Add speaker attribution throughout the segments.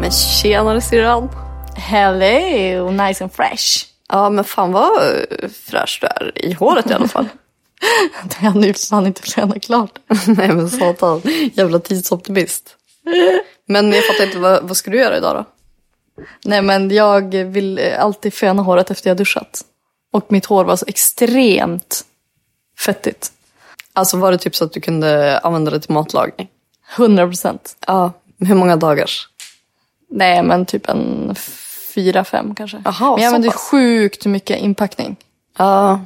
Speaker 1: Men tjenare syrran.
Speaker 2: Hello, nice and fresh.
Speaker 1: Ja men fan vad eh, fräsch du är i håret i alla fall.
Speaker 2: Jag hann ju fan inte träna klart.
Speaker 1: Nej men satan, jävla tidsoptimist. Men jag fattar inte, vad, vad ska du göra idag då?
Speaker 2: Nej men jag vill eh, alltid föna håret efter jag duschat. Och mitt hår var så extremt fettigt.
Speaker 1: Alltså var det typ så att du kunde använda det till matlagning?
Speaker 2: 100 procent.
Speaker 1: Ja. Hur många dagars?
Speaker 2: Nej men typ en fyra fem kanske.
Speaker 1: Jaha,
Speaker 2: men jag
Speaker 1: så
Speaker 2: använder ju
Speaker 1: pass.
Speaker 2: sjukt mycket inpackning.
Speaker 1: Ja,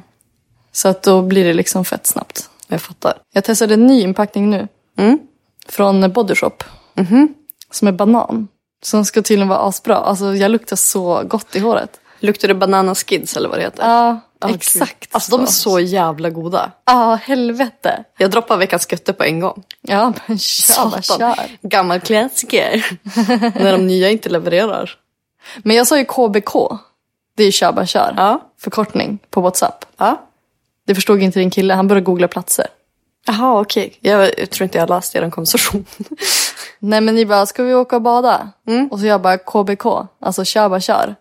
Speaker 2: Så att då blir det liksom fett snabbt.
Speaker 1: jag fattar.
Speaker 2: Jag testade en ny inpackning nu.
Speaker 1: Mm.
Speaker 2: Från Body Shop.
Speaker 1: Mhm.
Speaker 2: Som är banan. Som ska tydligen vara asbra. Alltså jag luktar så gott i håret.
Speaker 1: Luktar det banana skids eller vad det heter?
Speaker 2: Ja,
Speaker 1: Ja, gud.
Speaker 2: exakt.
Speaker 1: Alltså de är så jävla goda.
Speaker 2: Ja, helvete.
Speaker 1: Jag droppar veckans götte på en gång.
Speaker 2: Ja, men kör bara
Speaker 1: Satan.
Speaker 2: kör.
Speaker 1: Gammal klassiker. När de nya inte levererar.
Speaker 2: Men jag sa ju KBK. Det är ju kör bara kör.
Speaker 1: Ja.
Speaker 2: Förkortning på WhatsApp.
Speaker 1: Ja.
Speaker 2: Det förstod inte din kille, han började googla platser.
Speaker 1: Jaha, okej. Jag, jag tror inte jag läste er konversation.
Speaker 2: Nej men ni bara, ska vi åka och bada?
Speaker 1: Mm.
Speaker 2: Och så jag bara KBK, alltså kör bara kör.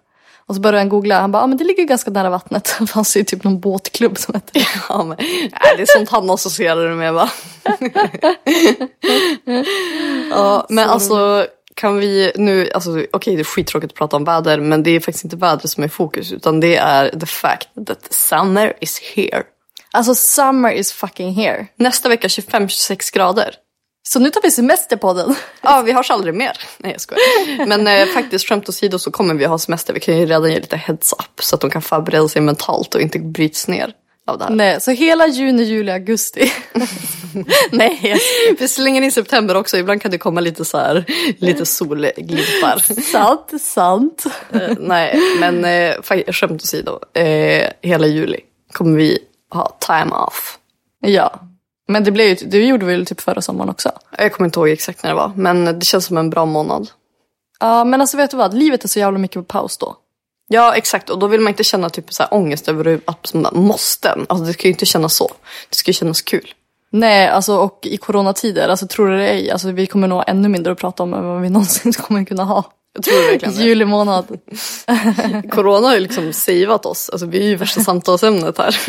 Speaker 2: Och så började han googla, han bara, ah, men det ligger ju ganska nära vattnet. Det fanns ju typ någon båtklubb som hette det.
Speaker 1: Ja, men, nej, det är sånt han associerar det med va? ja, men alltså kan vi nu, alltså, okej det är skittråkigt att prata om väder men det är faktiskt inte vädret som är i fokus utan det är the fact that summer is here.
Speaker 2: Alltså summer is fucking here.
Speaker 1: Nästa vecka 25-26 grader.
Speaker 2: Så nu tar vi semesterpodden.
Speaker 1: Ja, vi hörs aldrig mer. Nej, jag skojar. Men eh, faktiskt, skämt åsido så kommer vi ha semester. Vi kan ju redan ge lite heads up så att de kan förbereda sig mentalt och inte bryts ner av det här.
Speaker 2: Nej, så hela juni, juli, augusti.
Speaker 1: Nej, vi slänger in september också. Ibland kan det komma lite så här, lite solglimpar.
Speaker 2: sant, sant.
Speaker 1: Eh, Nej, men eh, fa- skämt åsido. Eh, hela juli kommer vi ha time off.
Speaker 2: Ja. Men det, blev ju, det gjorde vi ju typ förra sommaren också.
Speaker 1: Jag kommer inte ihåg exakt när det var, men det känns som en bra månad.
Speaker 2: Ja, men alltså vet du vad? Livet är så jävla mycket på paus då.
Speaker 1: Ja, exakt. Och då vill man inte känna typ så här ångest över hur- att man måste. Alltså, det ska ju inte kännas så. Det ska ju kännas kul.
Speaker 2: Nej, alltså och i coronatider, alltså tror du det ej, alltså vi kommer nog ha ännu mindre att prata om än vad vi någonsin kommer kunna ha.
Speaker 1: Jag tror verkligen det.
Speaker 2: Juli månad.
Speaker 1: Corona har ju liksom savat oss. Alltså, vi är ju värsta samtalsämnet här.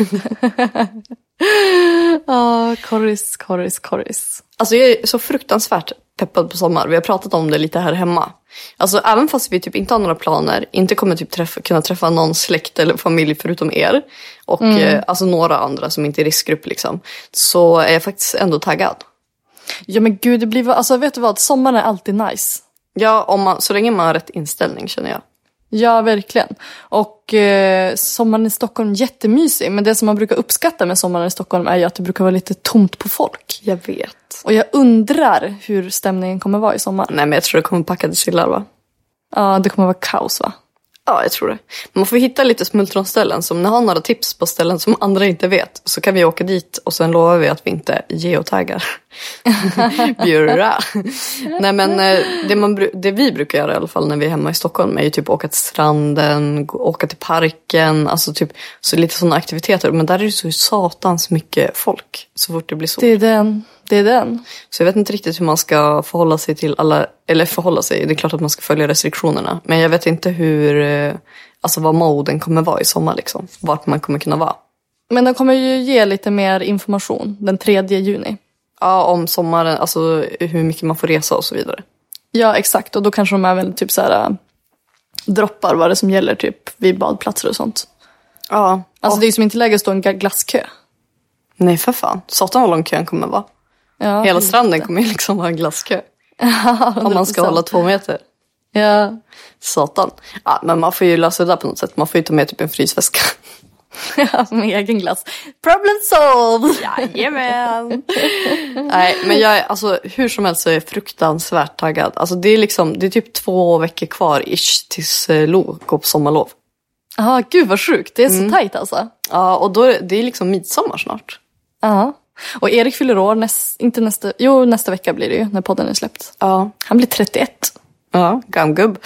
Speaker 2: Ja, korris, korris, korris.
Speaker 1: Alltså jag är så fruktansvärt peppad på sommar. Vi har pratat om det lite här hemma. Alltså även fast vi typ inte har några planer, inte kommer typ träffa, kunna träffa någon släkt eller familj förutom er och eh, alltså några andra som inte är i riskgrupp liksom, så är jag faktiskt ändå taggad.
Speaker 2: Ja men gud, det blir, väl- alltså vet du vad? Sommaren är alltid nice.
Speaker 1: Ja, om man, så länge man har rätt inställning känner jag.
Speaker 2: Ja, verkligen. Och eh, sommaren i Stockholm är jättemysig. Men det som man brukar uppskatta med sommaren i Stockholm är ju att det brukar vara lite tomt på folk.
Speaker 1: Jag vet.
Speaker 2: Och jag undrar hur stämningen kommer vara i sommar.
Speaker 1: Nej men jag tror det kommer packade sillar va?
Speaker 2: Ja, det kommer vara kaos va?
Speaker 1: Ja, jag tror det. Man får hitta lite smultronställen. Som ni har några tips på ställen som andra inte vet så kan vi åka dit och sen lovar vi att vi inte geotaggar. Bjurra. Nej men eh, det, man, bru- det vi brukar göra i alla fall när vi är hemma i Stockholm är ju typ åka till stranden, gå- åka till parken, alltså typ så lite sådana aktiviteter. Men där är det ju så satans mycket folk så fort det blir sol.
Speaker 2: Det är den. Det är den.
Speaker 1: Så jag vet inte riktigt hur man ska förhålla sig till alla, eller förhålla sig, det är klart att man ska följa restriktionerna. Men jag vet inte hur, eh, alltså vad moden kommer vara i sommar liksom. Vart man kommer kunna vara.
Speaker 2: Men de kommer ju ge lite mer information den 3 juni.
Speaker 1: Ja, om sommaren, alltså hur mycket man får resa och så vidare.
Speaker 2: Ja, exakt. Och då kanske de även typ så här, äh, droppar vad det är som gäller typ vid badplatser och sånt.
Speaker 1: Ja.
Speaker 2: Alltså
Speaker 1: Alltså,
Speaker 2: det är ju som inte läge att stå i en gla- glasskö.
Speaker 1: Nej för fan, satan vad lång kön kommer vara.
Speaker 2: Ja.
Speaker 1: Hela stranden kommer ju liksom vara en glasskö. om man ska
Speaker 2: 100%.
Speaker 1: hålla två meter.
Speaker 2: Ja.
Speaker 1: Satan. Ja, men man får ju lösa det där på något sätt. Man får ju ta med typ en frysväska.
Speaker 2: Med egen glass. Problem solved!
Speaker 1: Jajamän! Nej, men jag är alltså, hur som helst så är jag fruktansvärt taggad. Alltså, det, är liksom, det är typ två veckor kvar ish tills eh, Lo går på sommarlov.
Speaker 2: Ja, gud vad sjukt. Det är
Speaker 1: Mm.
Speaker 2: så tajt alltså.
Speaker 1: Ja, och då, är- det är liksom midsommar snart.
Speaker 2: Ja. Och Erik fyller år, näst, inte nästa, jo nästa vecka blir det ju när podden är släppt.
Speaker 1: Ja.
Speaker 2: Han blir 31.
Speaker 1: Ja, gamgubb.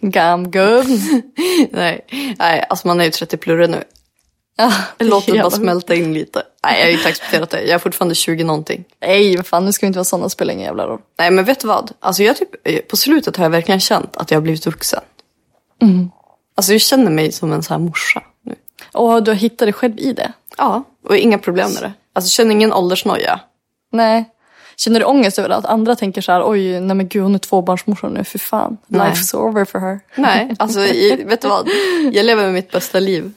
Speaker 2: Gamgubb.
Speaker 1: Nej. Nej, alltså man är ju 30 plurre nu. Låt det bara smälta in lite. Nej, jag har inte accepterat det. Jag är fortfarande 20 någonting.
Speaker 2: Nej, vad fan nu ska vi inte vara sådana, spelar ingen jävla roll.
Speaker 1: Nej, men vet du vad? Alltså, jag typ, eh, på slutet har jag verkligen känt att jag har blivit vuxen. Alltså, jag känner mig som en så här morsa nu.
Speaker 2: Och du hittar dig själv i det.
Speaker 1: Ja, och inga problem med det. Alltså jag känner ingen åldersnoja.
Speaker 2: Nej. Känner du ångest över att andra tänker så här, oj, nej men gud hon är tvåbarnsmorsa nu, för fan.
Speaker 1: Nej.
Speaker 2: Life's over for her.
Speaker 1: Nej, alltså i, vet du vad? Jag lever mitt bästa liv.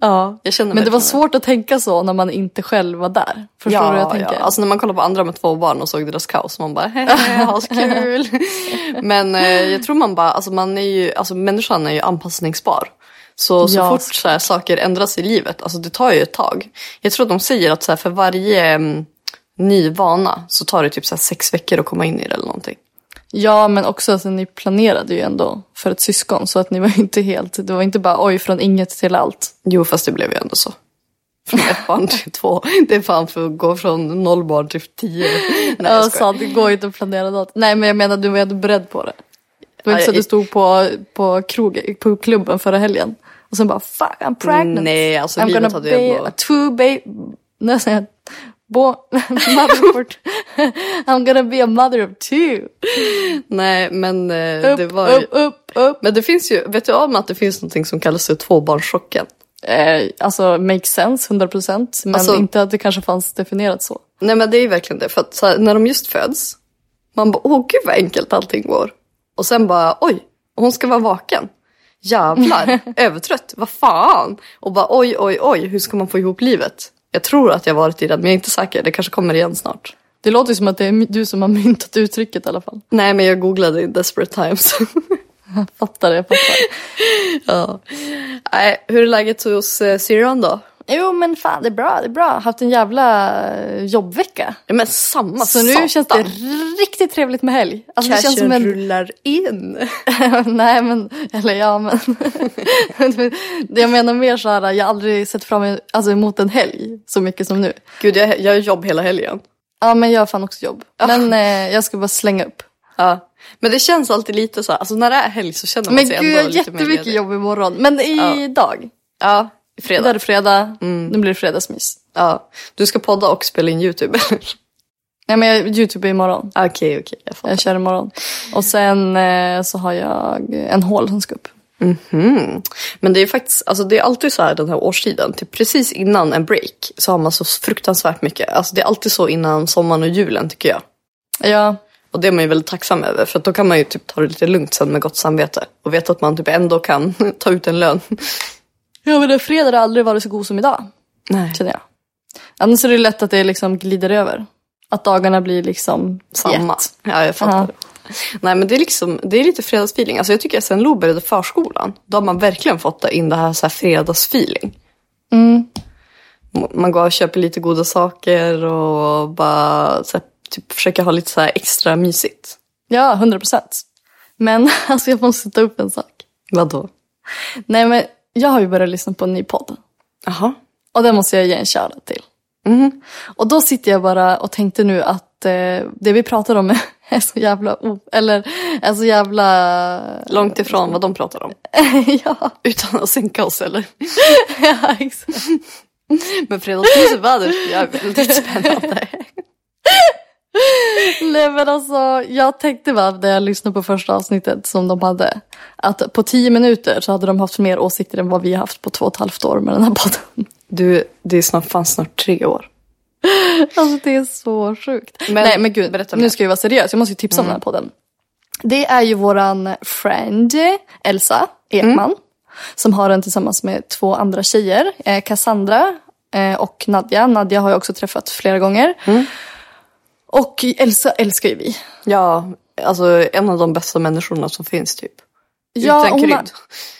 Speaker 2: Ja.
Speaker 1: Jag känner
Speaker 2: Men det var
Speaker 1: verkligen
Speaker 2: svårt att tänka så när man inte själv var där. Förstår du
Speaker 1: Ja,
Speaker 2: hur jag tänker?
Speaker 1: ja. Alltså när man kollar på andra med två barn och såg deras kaos, man bara hehe, ha så kul. Men eh, jag tror man bara, alltså man är ju, alltså människan är ju anpassningsbar. Så, så
Speaker 2: Ja.
Speaker 1: fort så här, saker ändras i livet, alltså det tar ju ett tag. Jag tror att de säger att så här, för varje mm, ny vana så tar det typ så här, sex veckor att komma in i det eller någonting.
Speaker 2: Ja, men också att ni planerade ju ändå för ett syskon. Så att ni var ju inte helt, det var inte bara oj från inget till allt.
Speaker 1: Jo, fast det blev ju ändå så. Från ett barn till två. Det är fan för att gå från noll barn till tio. Nej,
Speaker 2: Ja,
Speaker 1: jag skojar.
Speaker 2: så att det går ju inte att planera något. Nej, men jag menar du var ju ändå beredd på det. Det var
Speaker 1: Ja,
Speaker 2: inte så att
Speaker 1: jag-
Speaker 2: du stod på, på, krog, på klubben förra helgen och sen bara fuck I'm pregnant.
Speaker 1: Nej, alltså
Speaker 2: I'm
Speaker 1: livet
Speaker 2: gonna
Speaker 1: hade ju
Speaker 2: be
Speaker 1: ändå-
Speaker 2: a two baby... Nej, säger jag. Bo- mother for... I'm gonna be a mother of two.
Speaker 1: Nej, men eh,
Speaker 2: Upp,
Speaker 1: det var ju...
Speaker 2: upp, upp, upp.
Speaker 1: Men det finns ju, vet du om att det finns någonting som kallas för tvåbarnschocken?
Speaker 2: Eh, alltså makes sense 100% men
Speaker 1: Alltså-
Speaker 2: inte att det kanske fanns definierat så.
Speaker 1: Nej men det är ju verkligen det, för att så här, när de just föds, man bara åh gud vad enkelt allting går. Och sen bara oj, hon ska vara vaken. Jävlar, övertrött, vad fan. Och bara oj, oj, oj, hur ska man få ihop livet? Jag tror att jag varit i den, men jag är inte säker, det kanske kommer igen snart.
Speaker 2: Det låter ju som att det är my- du som har myntat uttrycket i alla fall.
Speaker 1: Nej, men jag googlade i desperate times.
Speaker 2: Fattar det, jag fattar.
Speaker 1: ja. Nej, hur är läget hos eh, syrran då?
Speaker 2: jo men fan det är bra, det är bra. Haft en jävla eh, jobbvecka.
Speaker 1: Ja, Men samma
Speaker 2: Så nu
Speaker 1: satan.
Speaker 2: känns det riktigt trevligt med helg. Alltså, det
Speaker 1: Cashen
Speaker 2: känns som en...
Speaker 1: rullar in.
Speaker 2: Nej men, eller ja men. jag menar mer så här, jag har aldrig sett fram em- alltså, emot en helg så mycket som nu.
Speaker 1: Gud, jag, jag har jobb hela helgen.
Speaker 2: Ja men jag har fan också jobb. Men eh, jag ska bara slänga upp.
Speaker 1: Ah. Ja. Men det känns alltid lite så här, alltså när det är helg så känner man
Speaker 2: Men
Speaker 1: sig
Speaker 2: gud jag
Speaker 1: ändå
Speaker 2: har
Speaker 1: lite mer
Speaker 2: jättemycket
Speaker 1: ledig.
Speaker 2: jobb imorgon. Men idag.
Speaker 1: Ja,
Speaker 2: Idag
Speaker 1: fredag. Mm.
Speaker 2: är det fredag, nu blir det fredagsmys.
Speaker 1: Ja. Du ska podda och spela in YouTube, eller?
Speaker 2: Nej men jag Youtube imorgon.
Speaker 1: Okej, okej, jag fattar.
Speaker 2: Jag kör imorgon. Och sen eh, så har jag en hål som ska upp.
Speaker 1: Mm. Men det är faktiskt, alltså det är alltid så här den här årstiden, typ precis innan en break så har man så fruktansvärt mycket. Alltså det är alltid så innan sommaren och julen tycker jag.
Speaker 2: Ja,
Speaker 1: Och det är man ju väldigt tacksam över för att då kan man ju typ ta det lite lugnt sen med gott samvete och veta att man typ ändå kan ta ut en lön.
Speaker 2: ja men en fredag har aldrig varit så god som idag.
Speaker 1: Nej.
Speaker 2: Känner jag. Annars är det lätt att det liksom glider över. Att dagarna blir liksom
Speaker 1: Samma.
Speaker 2: jätt.
Speaker 1: Ja, jag fattar.
Speaker 2: Ja.
Speaker 1: Nej men det är liksom, det är lite fredagsfeeling. Alltså jag tycker att sen Lo började förskolan, då har man verkligen fått ta in det här, så här fredagsfeeling. M- Man går och köper lite goda saker och bara så här, typ, försöker ha lite så här extra mysigt.
Speaker 2: Ja, hundra procent. Men alltså jag måste ta upp en sak.
Speaker 1: Vadå?
Speaker 2: Nej men jag har ju börjat lyssna på en ny podd.
Speaker 1: Jaha.
Speaker 2: Och det måste jag ge en shoutout till.
Speaker 1: Mhm.
Speaker 2: Och då sitter jag bara och tänkte nu att eh, det vi pratar om är så jävla... O- eller är så jävla...
Speaker 1: Långt ifrån vad de pratar om.
Speaker 2: ja,
Speaker 1: Utan att sänka oss eller?
Speaker 2: ja, exakt.
Speaker 1: Men fredagsmyset var det. Jag är väldigt spännande.
Speaker 2: Nej men alltså, jag tänkte bara när jag lyssnade på första avsnittet som de hade. Att på tio minuter så hade de haft mer åsikter än vad vi har haft på två och ett halvt år med den här podden.
Speaker 1: Du, det är snart, fan snart tre år.
Speaker 2: Alltså det är så sjukt.
Speaker 1: Men-
Speaker 2: Nej men gud, Mm.
Speaker 1: berätta mer.
Speaker 2: nu ska jag vara seriös. Jag måste ju tipsa om den här podden. Det är ju våran friend Elsa Ekman. Som har den tillsammans med två andra tjejer. Eh, Cassandra eh, och Nadja. Nadja har jag också träffat flera gånger. Och Elsa älskar ju vi.
Speaker 1: Ja, alltså en av de bästa människorna som finns typ. Utan
Speaker 2: hon
Speaker 1: krydd.
Speaker 2: har,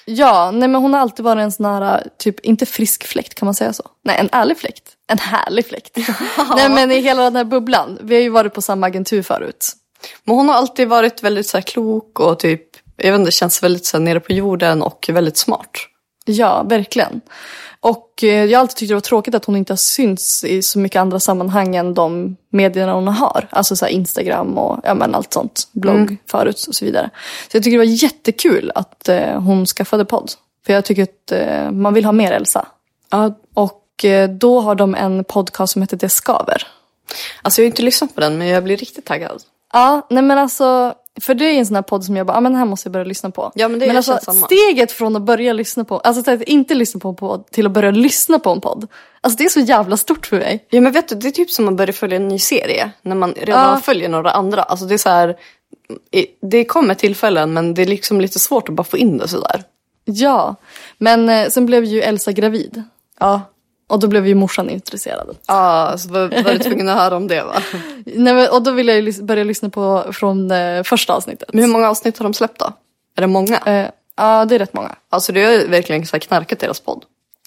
Speaker 2: ja, nej men hon har alltid varit en sån här, typ inte frisk fläkt kan man säga så? Nej, en ärlig fläkt. En härlig fläkt. nej men i hela den här bubblan. Vi har ju varit på samma agentur förut.
Speaker 1: Men hon har alltid varit väldigt så här klok och typ, jag vet inte, känns väldigt så här nere på jorden och väldigt smart.
Speaker 2: Ja, verkligen. Och eh, jag har alltid tyckt det var tråkigt att hon inte har synts i så mycket andra sammanhang än de medierna hon har. Alltså så här Instagram och ja, men allt sånt. Blogg förut och så vidare. Så jag tycker det var jättekul att eh, hon skaffade podd. För jag tycker att eh, man vill ha mer Elsa.
Speaker 1: Ja,
Speaker 2: Och eh, då har de en podcast som heter Det skaver.
Speaker 1: alltså jag har inte lyssnat på den men jag blir riktigt taggad.
Speaker 2: Ja, nej men alltså. För det är en sån här podd som jag bara, ah, men den här måste jag börja lyssna på.
Speaker 1: Ja, men det
Speaker 2: men
Speaker 1: känns
Speaker 2: alltså
Speaker 1: samma.
Speaker 2: steget från att börja lyssna på, alltså att inte lyssna på en podd till att börja lyssna på en podd. Alltså det är så jävla stort för mig.
Speaker 1: Ja men vet du, det är typ som att börja följa en ny serie när man redan
Speaker 2: Ja.
Speaker 1: följer några andra. Alltså det är så här, i- det kommer tillfällen men det är liksom lite svårt att bara få in det sådär.
Speaker 2: Ja, men eh, sen blev ju Elsa gravid.
Speaker 1: Ja.
Speaker 2: Och då blev ju morsan intresserad.
Speaker 1: Ja, så var, var du tvungen att höra om det va?
Speaker 2: Nej, men, och då ville jag ju lys- börja lyssna på från eh, första avsnittet.
Speaker 1: Men hur många avsnitt har de släppt då? Är det många?
Speaker 2: Eh, ja, det är rätt många.
Speaker 1: Alltså du har verkligen så här knarkat deras podd.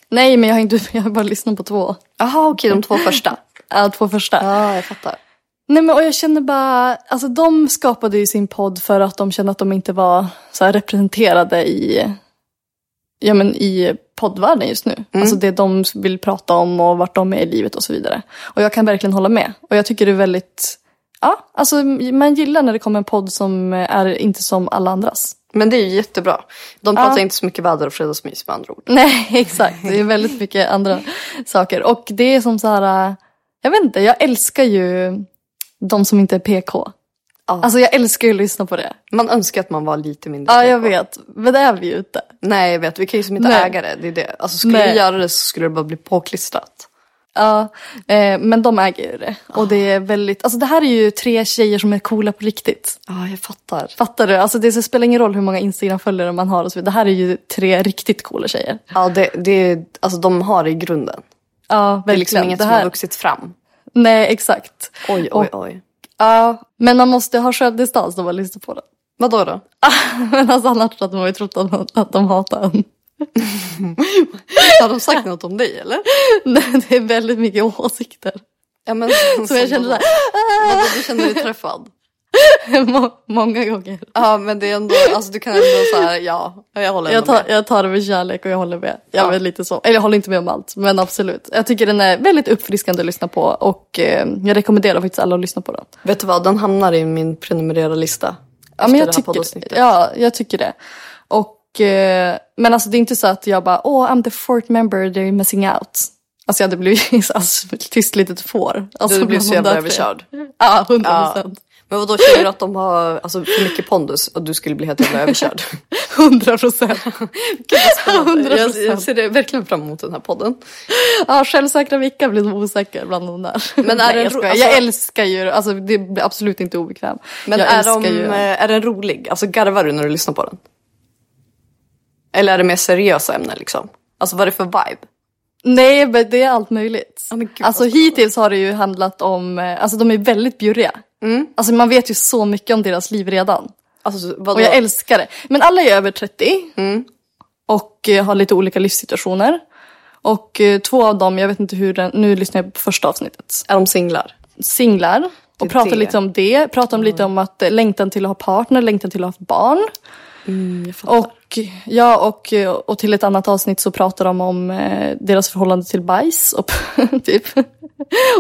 Speaker 2: Nej, men jag har, inte, jag har bara lyssnat på två.
Speaker 1: Jaha okej, de två första.
Speaker 2: Ja, två första.
Speaker 1: Ja, jag fattar.
Speaker 2: Nej men och jag känner bara, alltså de skapade ju sin podd för att de kände att de inte var så här representerade i, ja men i poddvärlden just nu. Alltså det de vill prata om och vart de är i livet och så vidare. Och jag kan verkligen hålla med. Och jag tycker det är väldigt, ja alltså man gillar när det kommer en podd som är inte som alla andras.
Speaker 1: Men det är ju jättebra. De pratar
Speaker 2: Ja.
Speaker 1: inte så mycket väder och fredagsmys med andra ord.
Speaker 2: Nej exakt, det är väldigt mycket andra saker. Och det är som så här, äh, jag vet inte, jag älskar ju de som inte är PK.
Speaker 1: Ja.
Speaker 2: Alltså jag älskar ju att lyssna på det.
Speaker 1: Man önskar att man var lite mindre
Speaker 2: Ja,
Speaker 1: PK.
Speaker 2: jag vet. Men det är vi ju inte.
Speaker 1: Nej, jag vet. Vi kan ju som inte
Speaker 2: Nej.
Speaker 1: äga det. det, är det. Alltså, skulle
Speaker 2: Nej.
Speaker 1: vi göra det så skulle det bara bli påklistrat.
Speaker 2: Ja, eh, men de äger ju det. Och det är väldigt... Alltså det här är ju tre tjejer som är coola på riktigt.
Speaker 1: Ja, jag fattar.
Speaker 2: Fattar du? Alltså det spelar ingen roll hur många Instagram-följare man har och så vidare. Det här är ju tre riktigt coola tjejer.
Speaker 1: Ja, det, det, alltså, de har det i grunden.
Speaker 2: Ja, verkligen.
Speaker 1: Det är liksom inget
Speaker 2: det
Speaker 1: som har
Speaker 2: här...
Speaker 1: vuxit fram.
Speaker 2: Nej, exakt.
Speaker 1: Oj, oj, oj.
Speaker 2: Ja, men man måste ha självdistans när man lyssnar på det.
Speaker 1: Vadå då?
Speaker 2: men alltså annars hade man ju trott att de, att de hatar en.
Speaker 1: Har de sagt något om dig eller?
Speaker 2: Nej, det är väldigt mycket åsikter.
Speaker 1: Ja, men,
Speaker 2: Som jag kände såhär,
Speaker 1: Vadå, du kände dig träffad?
Speaker 2: må- många gånger.
Speaker 1: Ja, men det är ändå, alltså du kan ändå så här, ja, jag håller
Speaker 2: Jag
Speaker 1: ändå med.
Speaker 2: tar, jag tar det med kärlek och jag håller med. Jag,
Speaker 1: Ja.
Speaker 2: är lite så. Eller jag håller inte med om allt, men absolut. Jag tycker den är väldigt uppfriskande att lyssna på och eh, jag rekommenderar faktiskt alla att lyssna på den.
Speaker 1: Vet du vad, den hamnar i min prenumerera lista.
Speaker 2: Ja, men jag, tycker, ja jag tycker det. Och, eh, men alltså det är inte så att jag bara, åh, I'm the fourth member, they're missing out. Alltså jag hade blivit alltså, ett tyst litet får. Alltså,
Speaker 1: Du blev
Speaker 2: bland
Speaker 1: så
Speaker 2: de
Speaker 1: jävla
Speaker 2: där tre.
Speaker 1: överkörd.
Speaker 2: Ja, hundra procent.
Speaker 1: Men vadå, känner du att de har alltså, för mycket pondus och du skulle bli helt jävla överkörd?
Speaker 2: Hundra procent.
Speaker 1: jag, jag ser det verkligen fram emot den här podden.
Speaker 2: Ja, självsäkra Vicka blir så osäker bland de där.
Speaker 1: Men är
Speaker 2: Nej,
Speaker 1: det
Speaker 2: jag,
Speaker 1: ro-
Speaker 2: skojar. jag
Speaker 1: alltså-
Speaker 2: älskar ju alltså det blir absolut inte obekväm.
Speaker 1: Men
Speaker 2: jag
Speaker 1: är,
Speaker 2: älskar
Speaker 1: de, eh, är den rolig? Alltså garvar du när du lyssnar på den? Eller är det mer seriösa ämnen liksom? Alltså vad är det för vibe?
Speaker 2: Nej, men det är allt möjligt.
Speaker 1: Ja, men gud,
Speaker 2: alltså
Speaker 1: vad spännande.
Speaker 2: hittills har det ju handlat om, eh, alltså de är väldigt bjuriga.
Speaker 1: Mm.
Speaker 2: Alltså man vet ju så mycket om deras liv redan.
Speaker 1: Alltså vadå?
Speaker 2: Och jag älskar det. Men alla är över 30
Speaker 1: Mm.
Speaker 2: och eh, har lite olika livssituationer. Och eh, två av dem, jag vet inte hur den, nu lyssnar jag på första avsnittet.
Speaker 1: är de singlar?
Speaker 2: singlar och
Speaker 1: är
Speaker 2: pratar
Speaker 1: det.
Speaker 2: lite om det. Pratar om lite om att eh, längtan till att ha partner, längtan till att ha barn.
Speaker 1: Mm, jag fattar.
Speaker 2: Och, ja, och, eh, och till ett annat avsnitt så pratar de om eh, deras förhållande till bajs. Och, typ.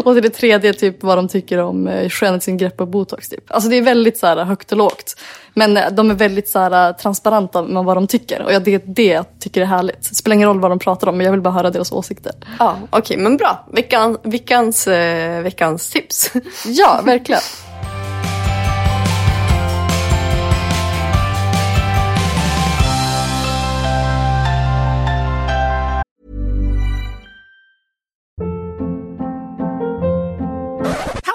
Speaker 2: och till det tredje typ vad de tycker om eh, skönhetsingrepp och botox. Typ. Alltså det är väldigt så här, högt och lågt. Men eh, de är väldigt så här, transparenta med vad de tycker. Och ja, det är det jag tycker är härligt. Det spelar ingen roll vad de pratar om men jag vill bara höra deras åsikter.
Speaker 1: ja, Okej, men bra. Veckan, veckans, eh, veckans tips.
Speaker 2: Ja, verkligen.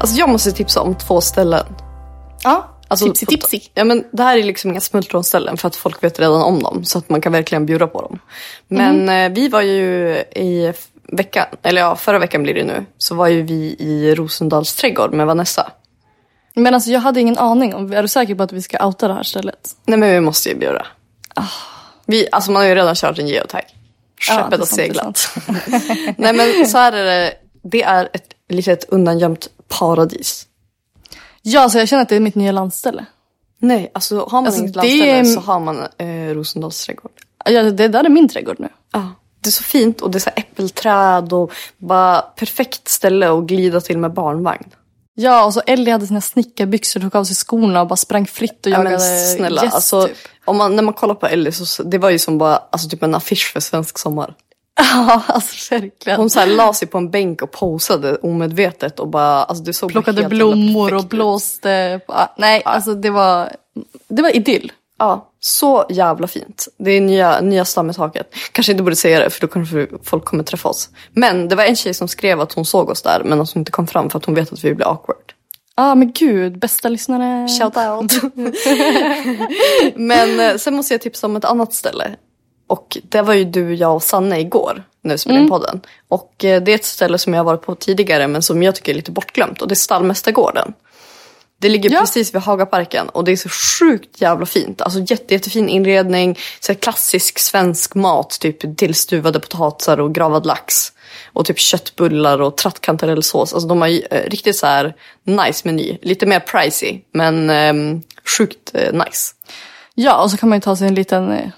Speaker 1: Alltså jag måste tipsa om två ställen.
Speaker 2: Ja,
Speaker 1: Alltså,
Speaker 2: tipsy
Speaker 1: för-
Speaker 2: tipsy.
Speaker 1: Ja, men det här är liksom inga smultronställen för att folk vet redan om dem. Så att man kan verkligen bjuda på dem.
Speaker 2: Mhm.
Speaker 1: Men eh, vi var ju i f- veckan, eller ja förra veckan blir det nu. Så var ju vi i Rosendals trädgård med Vanessa.
Speaker 2: Men alltså jag hade ingen aning. om Är du säker på att vi ska outa det här stället?
Speaker 1: Nej men vi måste ju bjuda. Vi, alltså man har ju redan kört en geotag.
Speaker 2: Ah. Ja,
Speaker 1: Skeppet
Speaker 2: det är
Speaker 1: har
Speaker 2: sant, det är
Speaker 1: seglat. Nej men så här är det. Det är ett litet undangömt paradis.
Speaker 2: Ja, så jag känner att det är mitt nya landställe.
Speaker 1: Nej, alltså har man
Speaker 2: Alltså,
Speaker 1: inget
Speaker 2: det-
Speaker 1: landställe så har man eh, Rosendals trädgård.
Speaker 2: Ja, det där är min trädgård nu.
Speaker 1: Ja. Det är så fint och det är så här äppelträd och bara perfekt ställe att glida till med barnvagn.
Speaker 2: Ja, och så Ellie hade sina snickarbyxor, tog av sig skorna och bara sprang fritt och
Speaker 1: Ja,
Speaker 2: jagade
Speaker 1: men snälla,
Speaker 2: gäss,
Speaker 1: alltså,
Speaker 2: typ.
Speaker 1: om man, när man kollar på Ellie så det var ju som bara alltså, typ en affisch för Svensk Sommar.
Speaker 2: Ja, alltså verkligen.
Speaker 1: Hon så här la sig på en bänk och posade omedvetet och bara, alltså det såg
Speaker 2: plockade
Speaker 1: helt jävla
Speaker 2: blommor och
Speaker 1: perfekt ut.
Speaker 2: blåste. på- ah, Nej, alltså det var, det var idyll.
Speaker 1: Ja, så jävla fint. Det är nya, nya stam i taket. Kanske inte borde säga det för då kanske folk kommer träffa oss. Men det var en tjej som skrev att hon såg oss där men att hon inte kom fram för att hon vet att vi blir awkward.
Speaker 2: Ja, ah, men gud, bästa lyssnare.
Speaker 1: Shout out. Men eh, sen måste jag tipsa om ett annat ställe. Och det var ju du, jag och Sanne igår när vi spelade in podden. Och eh, det är ett ställe som jag har varit på tidigare men som jag tycker är lite bortglömt och det är Stallmästargården. Det ligger
Speaker 2: Ja.
Speaker 1: precis vid Hagaparken och det är så sjukt jävla fint. Alltså jätte, jättefin inredning, så här klassisk svensk mat, typ tillstuvade potatisar och gravad lax. Och typ köttbullar och trattkantarellsås. Alltså de har ju eh, riktigt så här nice meny. Lite mer pricey, men ehm, sjukt eh, nice.
Speaker 2: Ja, och så kan man ju ta sig en liten eh,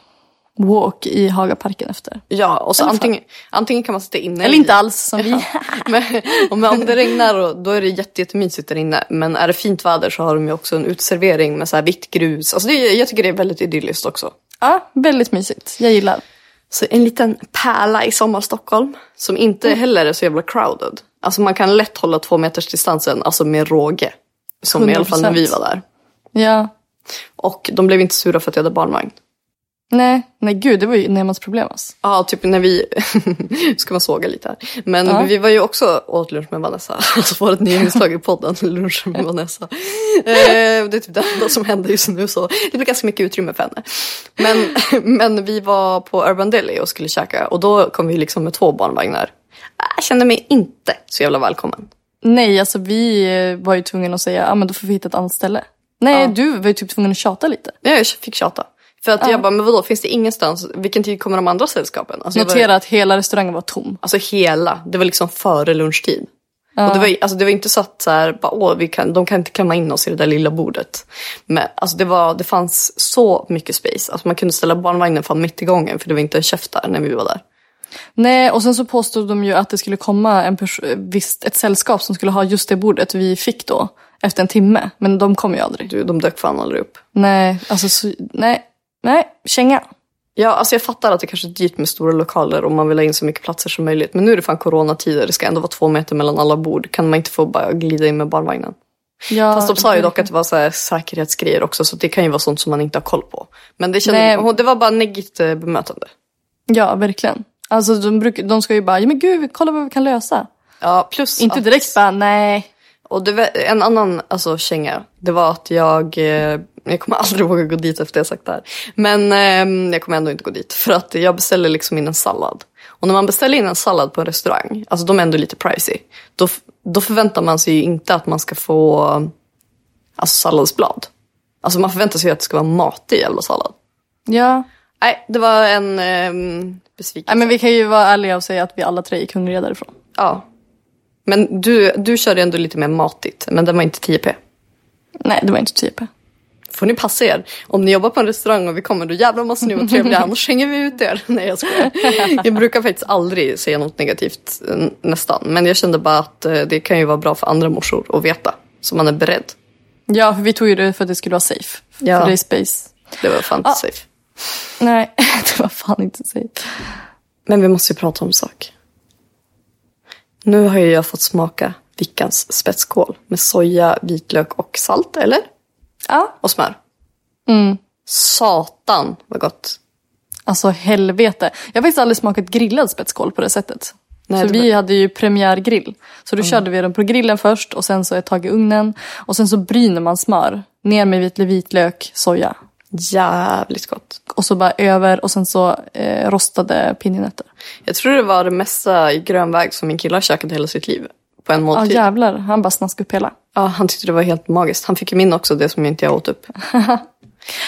Speaker 2: walk i Hagaparken efter.
Speaker 1: Ja, och så
Speaker 2: Eller fan.
Speaker 1: antingen, antingen kan man sitta inne.
Speaker 2: Eller
Speaker 1: i-
Speaker 2: inte alls som vi.
Speaker 1: Men, om, om det regnar och, då är det jätte, jättemysigt där inne. Men är det fint väder så har de ju också en uteservering med så här vitt grus. Alltså det, är- jag tycker det är väldigt idylliskt också.
Speaker 2: Ja, väldigt mysigt. Jag gillar.
Speaker 1: Så en liten pärla i sommar-Stockholm som inte heller är så jävla crowded. Alltså man kan lätt hålla två meters distansen, alltså med råge. Som i alla fall när vi
Speaker 2: 100%.
Speaker 1: var där.
Speaker 2: Ja.
Speaker 1: Och de blev inte sura för att jag hade barnvagn.
Speaker 2: Nej, nej gud, det var ju Nemas problem alltså.
Speaker 1: Ja, typ när vi... ska man såga lite här. Men
Speaker 2: Ja.
Speaker 1: vi var ju också åt lunch med Vanessa. Alltså vårt nya inslag i podden, lunch med Vanessa. Eh, det är typ det enda som händer just nu så det blir ganska mycket utrymme för henne. Men, men vi var på Urban Deli och skulle käka och då kom vi liksom med två barnvagnar. Ah, Jag kände mig inte så jävla välkommen.
Speaker 2: Nej, alltså vi eh, var ju tvungna att säga, ja ah, men då får vi hitta ett annat ställe. Nej, du var ju typ tvungen att tjata lite.
Speaker 1: Ja, Jag fick tjata. För att jag bara, men vadå, finns det ingenstans? Vilken tid kommer de andra sällskapen? Alltså, jag var-
Speaker 2: Notera att hela restaurangen var tom.
Speaker 1: Alltså hela. Det var liksom före lunchtid. Och det, var, alltså det var inte så att så här, bara, Åh, vi kan, de kan inte klämma in oss i det där lilla bordet. Men alltså det, var, det fanns så mycket space. Alltså man kunde ställa barnvagnen fan mitt i gången för det var inte en käft där när vi var där.
Speaker 2: Nej, och sen så påstod de ju att det skulle komma en pers- visst, ett sällskap som skulle ha just det bordet vi fick då. efter en timme. Men de kom ju aldrig.
Speaker 1: Du, de dök fan aldrig upp.
Speaker 2: Nej, alltså så, nej, nej, känga.
Speaker 1: Ja, alltså jag fattar att det kanske är dyrt med stora lokaler och man vill ha in så mycket platser som möjligt. Men nu är det fan coronatider, det ska ändå vara två meter mellan alla bord. Kan man inte få bara glida in med barnvagnen?
Speaker 2: Ja,
Speaker 1: Fast de sa ju dock att det var så här säkerhetsgrejer också, så det kan ju vara sånt som man inte har koll på. Men det, kände,
Speaker 2: Nej.
Speaker 1: det var bara negativt eh, bemötande.
Speaker 2: Ja, verkligen. Alltså de, bruk, de ska ju bara, ja men gud, kolla vad vi kan lösa.
Speaker 1: Ja, plus
Speaker 2: Inte
Speaker 1: att-
Speaker 2: direkt bara, nej.
Speaker 1: Och det var en annan alltså, känga, det var att jag... eh, Jag kommer aldrig våga gå dit efter jag sagt det här. Men eh, jag kommer ändå inte gå dit. För att jag beställer liksom in en sallad. Och när man beställer in en sallad på en restaurang, alltså de är ändå lite pricey. Då, f- då förväntar man sig ju inte att man ska få alltså, salladsblad. Alltså man förväntar sig ju att det ska vara matig jävla sallad.
Speaker 2: Ja.
Speaker 1: Nej, det var en ehm, besvikelse.
Speaker 2: Nej men vi kan ju vara ärliga och säga att vi alla tre gick hungriga därifrån.
Speaker 1: Ja. Men du, du körde ändå lite mer matigt, men den var inte 10p.
Speaker 2: Nej, det var inte typ.
Speaker 1: får ni passa er. Om ni jobbar på en restaurang och vi kommer då jävlar måste ni vara trevliga annars hänger vi ut er. Nej jag skojar. Jag brukar faktiskt aldrig säga något negativt eh, nästan. Men jag kände bara att eh, det kan ju vara bra för andra morsor att veta. Så man är beredd.
Speaker 2: Ja, för vi tog ju det för att det skulle vara safe.
Speaker 1: Ja.
Speaker 2: För det är space.
Speaker 1: Det var fan inte
Speaker 2: Ja.
Speaker 1: safe.
Speaker 2: Nej, det var fan inte safe.
Speaker 1: Men vi måste ju prata om sak. Nu har ju jag fått smaka Vickans spetskål med soja, vitlök och salt, eller?
Speaker 2: Ja. Mm.
Speaker 1: Och smör. Satan vad gott.
Speaker 2: Alltså helvete. Jag har faktiskt aldrig smakat grillad spetskål på det sättet.
Speaker 1: Nej,
Speaker 2: så
Speaker 1: det Mm.
Speaker 2: vi
Speaker 1: var-
Speaker 2: hade ju premiärgrill. Så då körde vi den på grillen först och sen så ett tag i ugnen. Och sen så bryner man smör. Ner med vit vitlök, soja.
Speaker 1: Jävligt gott.
Speaker 2: Och så bara över och sen så eh, rostade pinjenötter.
Speaker 1: Jag tror det var det mesta i grönväg som min kille har käkat hela sitt liv. På en
Speaker 2: Ja
Speaker 1: måltid. Ja,
Speaker 2: jävlar, han bara snaskade upp hela.
Speaker 1: han tyckte det var helt magiskt. Han fick ju min också, det som jag inte jag åt upp.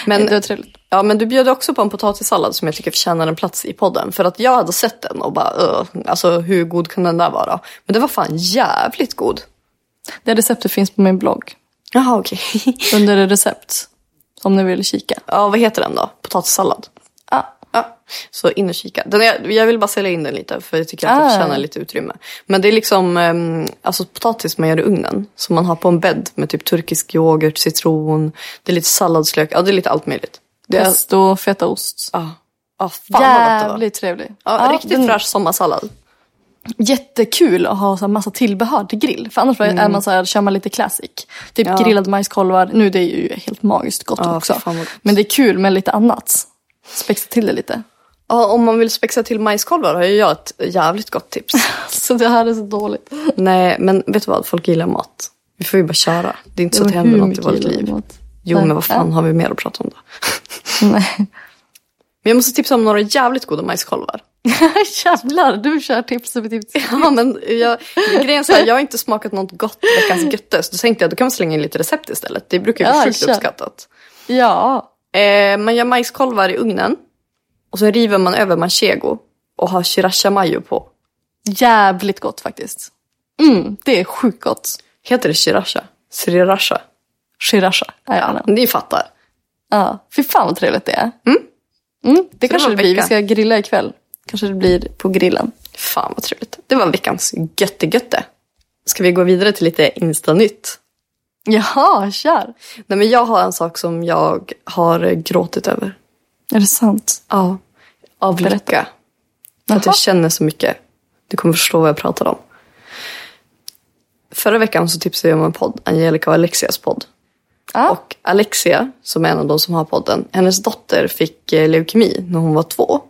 Speaker 1: Men,
Speaker 2: Det var trevligt.
Speaker 1: ja, men du bjöd också på en potatissallad som jag tycker förtjänar en plats i podden. För att jag hade sett den och bara, "Ugh, alltså hur god kan den där vara? Men den var fan jävligt god.
Speaker 2: Det receptet finns på min blogg.
Speaker 1: Jaha okej.
Speaker 2: Under recept. Om ni vill kika.
Speaker 1: ja, vad heter den då? Potatissallad?
Speaker 2: Ja.
Speaker 1: Ja, så in och kika. Den är, jag vill bara sälja in den lite för jag tycker att det
Speaker 2: Ah.
Speaker 1: förtjänar lite utrymme. Men det är liksom ehm, alltså potatis man gör i ugnen som man har på en bädd med typ turkisk yoghurt, citron, det är lite salladslök, ja det är lite allt möjligt. Det är,
Speaker 2: Pesto, fetaost.
Speaker 1: ja, ja, fan vad gott det var.
Speaker 2: Jävligt trevlig.
Speaker 1: Ja, riktigt
Speaker 2: den-
Speaker 1: fräsch sommarsallad.
Speaker 2: jättekul att ha så här massa tillbehör till grill. För annars är man så här, kör man lite classic. Typ
Speaker 1: Mm. Ja.
Speaker 2: grillade majskolvar. Nu det är ju helt magiskt gott
Speaker 1: Ja,
Speaker 2: också.
Speaker 1: fy fan vad gott.
Speaker 2: Men det är kul med lite annat. Spexa till det lite.
Speaker 1: Ja, om man vill spexa till majskolvar har ju jag ett jävligt gott tips.
Speaker 2: Så det här är så dåligt.
Speaker 1: Nej, men vet du vad? Folk gillar mat. Vi får ju bara köra. Det är inte så att det
Speaker 2: Men
Speaker 1: händer något
Speaker 2: hur
Speaker 1: i
Speaker 2: mycket
Speaker 1: vårt
Speaker 2: gillar
Speaker 1: liv.
Speaker 2: du mat?
Speaker 1: Jo,
Speaker 2: Nej.
Speaker 1: men vad fan har vi mer att prata om då?
Speaker 2: Nej.
Speaker 1: Men jag måste tipsa om några jävligt goda majskolvar.
Speaker 2: Jävlar, du kör tips över tips.
Speaker 1: Ja, men jag, grejen är så här, jag har inte smakat något gott veckans götte. Så då tänkte jag, då kan man slänga in lite recept istället. Det brukar ju vara
Speaker 2: Ja,
Speaker 1: sjukt
Speaker 2: kör.
Speaker 1: uppskattat.
Speaker 2: Ja.
Speaker 1: Eh, man gör majskolvar i ugnen. Och så river man över manchego och har sriracha mayo på.
Speaker 2: Jävligt gott faktiskt. Mm, det är sjukt gott.
Speaker 1: Heter det sriracha? Sriracha?
Speaker 2: Sriracha. Ja.
Speaker 1: Ni fattar.
Speaker 2: ja. Fy fan vad trevligt det är. Mm. det kanske
Speaker 1: var
Speaker 2: det blir. Vi
Speaker 1: veckan.
Speaker 2: ska grilla ikväll. Kanske det blir på grillen.
Speaker 1: Fan vad trevligt. Det var veckans götte-götte. Ska vi gå vidare till lite instanytt?
Speaker 2: Jaha, kör.
Speaker 1: Nej, men jag har en sak som jag har gråtit över.
Speaker 2: Är det sant?
Speaker 1: Ja. Av
Speaker 2: Berätta.
Speaker 1: lycka. För att
Speaker 2: Jaha.
Speaker 1: jag känner så mycket. Du kommer förstå vad jag pratar om. Förra veckan så tipsade jag om en podd, Angelica och Alexias podd.
Speaker 2: Ja.
Speaker 1: Och Alexia, som är en av de som har podden, hennes dotter fick eh, leukemi när hon var två.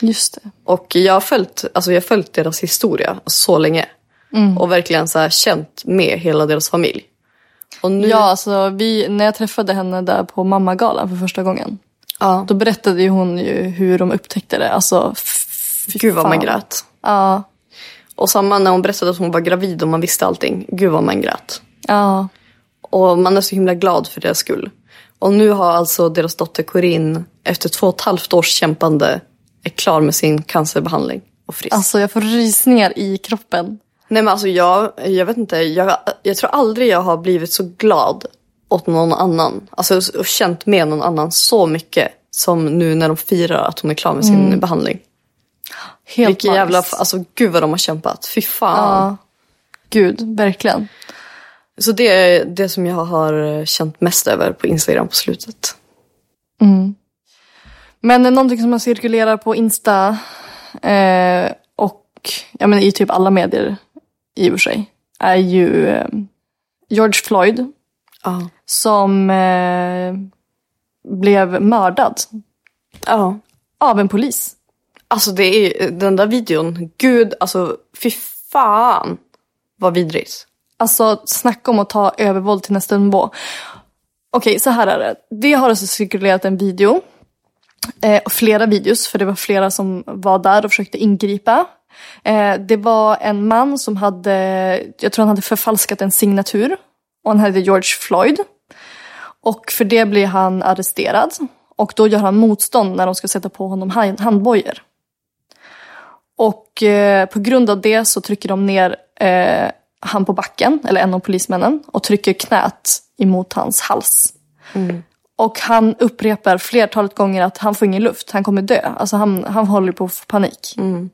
Speaker 2: Just det.
Speaker 1: Och jag har följt, alltså jag har följt deras historia så länge.
Speaker 2: Mm.
Speaker 1: Och verkligen så här känt med hela deras familj. Och nu,
Speaker 2: Ja, alltså vi, när jag träffade henne där på mammagalan för första gången.
Speaker 1: Ja.
Speaker 2: Då berättade ju hon ju hur de upptäckte det. Alltså, fy
Speaker 1: gud vad man
Speaker 2: fan.
Speaker 1: grät.
Speaker 2: Ja,
Speaker 1: Och samma när hon berättade att hon var gravid och man visste allting. Gud vad man grät.
Speaker 2: ja.
Speaker 1: Och man är så himla glad för deras skull. Och nu har alltså deras dotter Corinne efter två och ett halvt års kämpande är klar med sin cancerbehandling och frisk.
Speaker 2: Alltså jag får rysningar i kroppen.
Speaker 1: Nej men alltså jag, jag vet inte, jag, jag tror aldrig jag har blivit så glad åt någon annan. Alltså och känt med någon annan så mycket som nu när de firar att hon är klar med sin behandling.
Speaker 2: Helt
Speaker 1: Vilken
Speaker 2: magiskt.
Speaker 1: jävla, alltså gud vad de har kämpat, fy fan.
Speaker 2: Ja. Gud, verkligen.
Speaker 1: Så det är det som jag har känt mest över på Instagram på slutet.
Speaker 2: Men det är någonting som man cirkulerar på Insta eh, och ja, men i typ alla medier i och för sig är ju eh, George Floyd
Speaker 1: Ja.
Speaker 2: som eh, blev mördad
Speaker 1: ja.
Speaker 2: av en polis.
Speaker 1: Alltså det är den där videon. Gud, alltså fy fan vad vidrigt.
Speaker 2: Alltså snacka om att ta övervåld till nästa nivå. Okej, så här är det. Det har alltså cirkulerat en video. Eh, och flera videos, för det var flera som var där och försökte ingripa. Eh, det var en man som hade, jag tror han hade förfalskat en signatur. Och han hette George Floyd. Och för det blir han arresterad. Och då gör han motstånd när de ska sätta på honom hand- handbojor. Och eh, på grund av det så trycker de ner eh, han på backen, eller en av polismännen, och trycker knät emot hans hals. Och han upprepar flertalet gånger att han får ingen luft, han kommer dö. Alltså han, han håller på att få panik.
Speaker 1: Mm.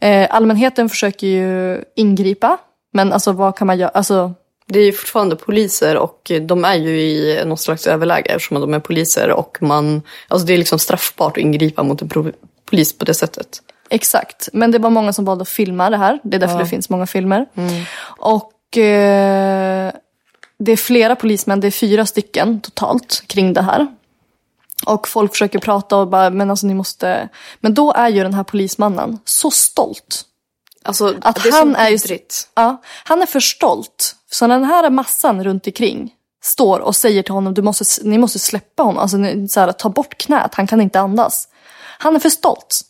Speaker 2: Eh, allmänheten försöker ju ingripa, men alltså vad kan man göra? Alltså,
Speaker 1: Det är ju fortfarande poliser och de är ju i något slags överläge eftersom de är poliser och man, alltså det är liksom straffbart att ingripa mot en pro- polis på det sättet.
Speaker 2: Exakt, men det var många som valde att filma det här. Det är därför det finns många filmer.
Speaker 1: Mm.
Speaker 2: Och eh, det är flera polismän, det är fyra stycken totalt kring det här. Och folk försöker prata och bara, men alltså ni måste... Men då är ju den här polismannen så stolt.
Speaker 1: Alltså
Speaker 2: Att
Speaker 1: det är
Speaker 2: han
Speaker 1: så
Speaker 2: är ju-
Speaker 1: vidrigt.
Speaker 2: Ja, han är för stolt. Så den här massan runt omkring står och säger till honom, du måste, ni måste släppa honom. Alltså ni, så här, ta bort knät, han kan inte andas. Han är för stolt.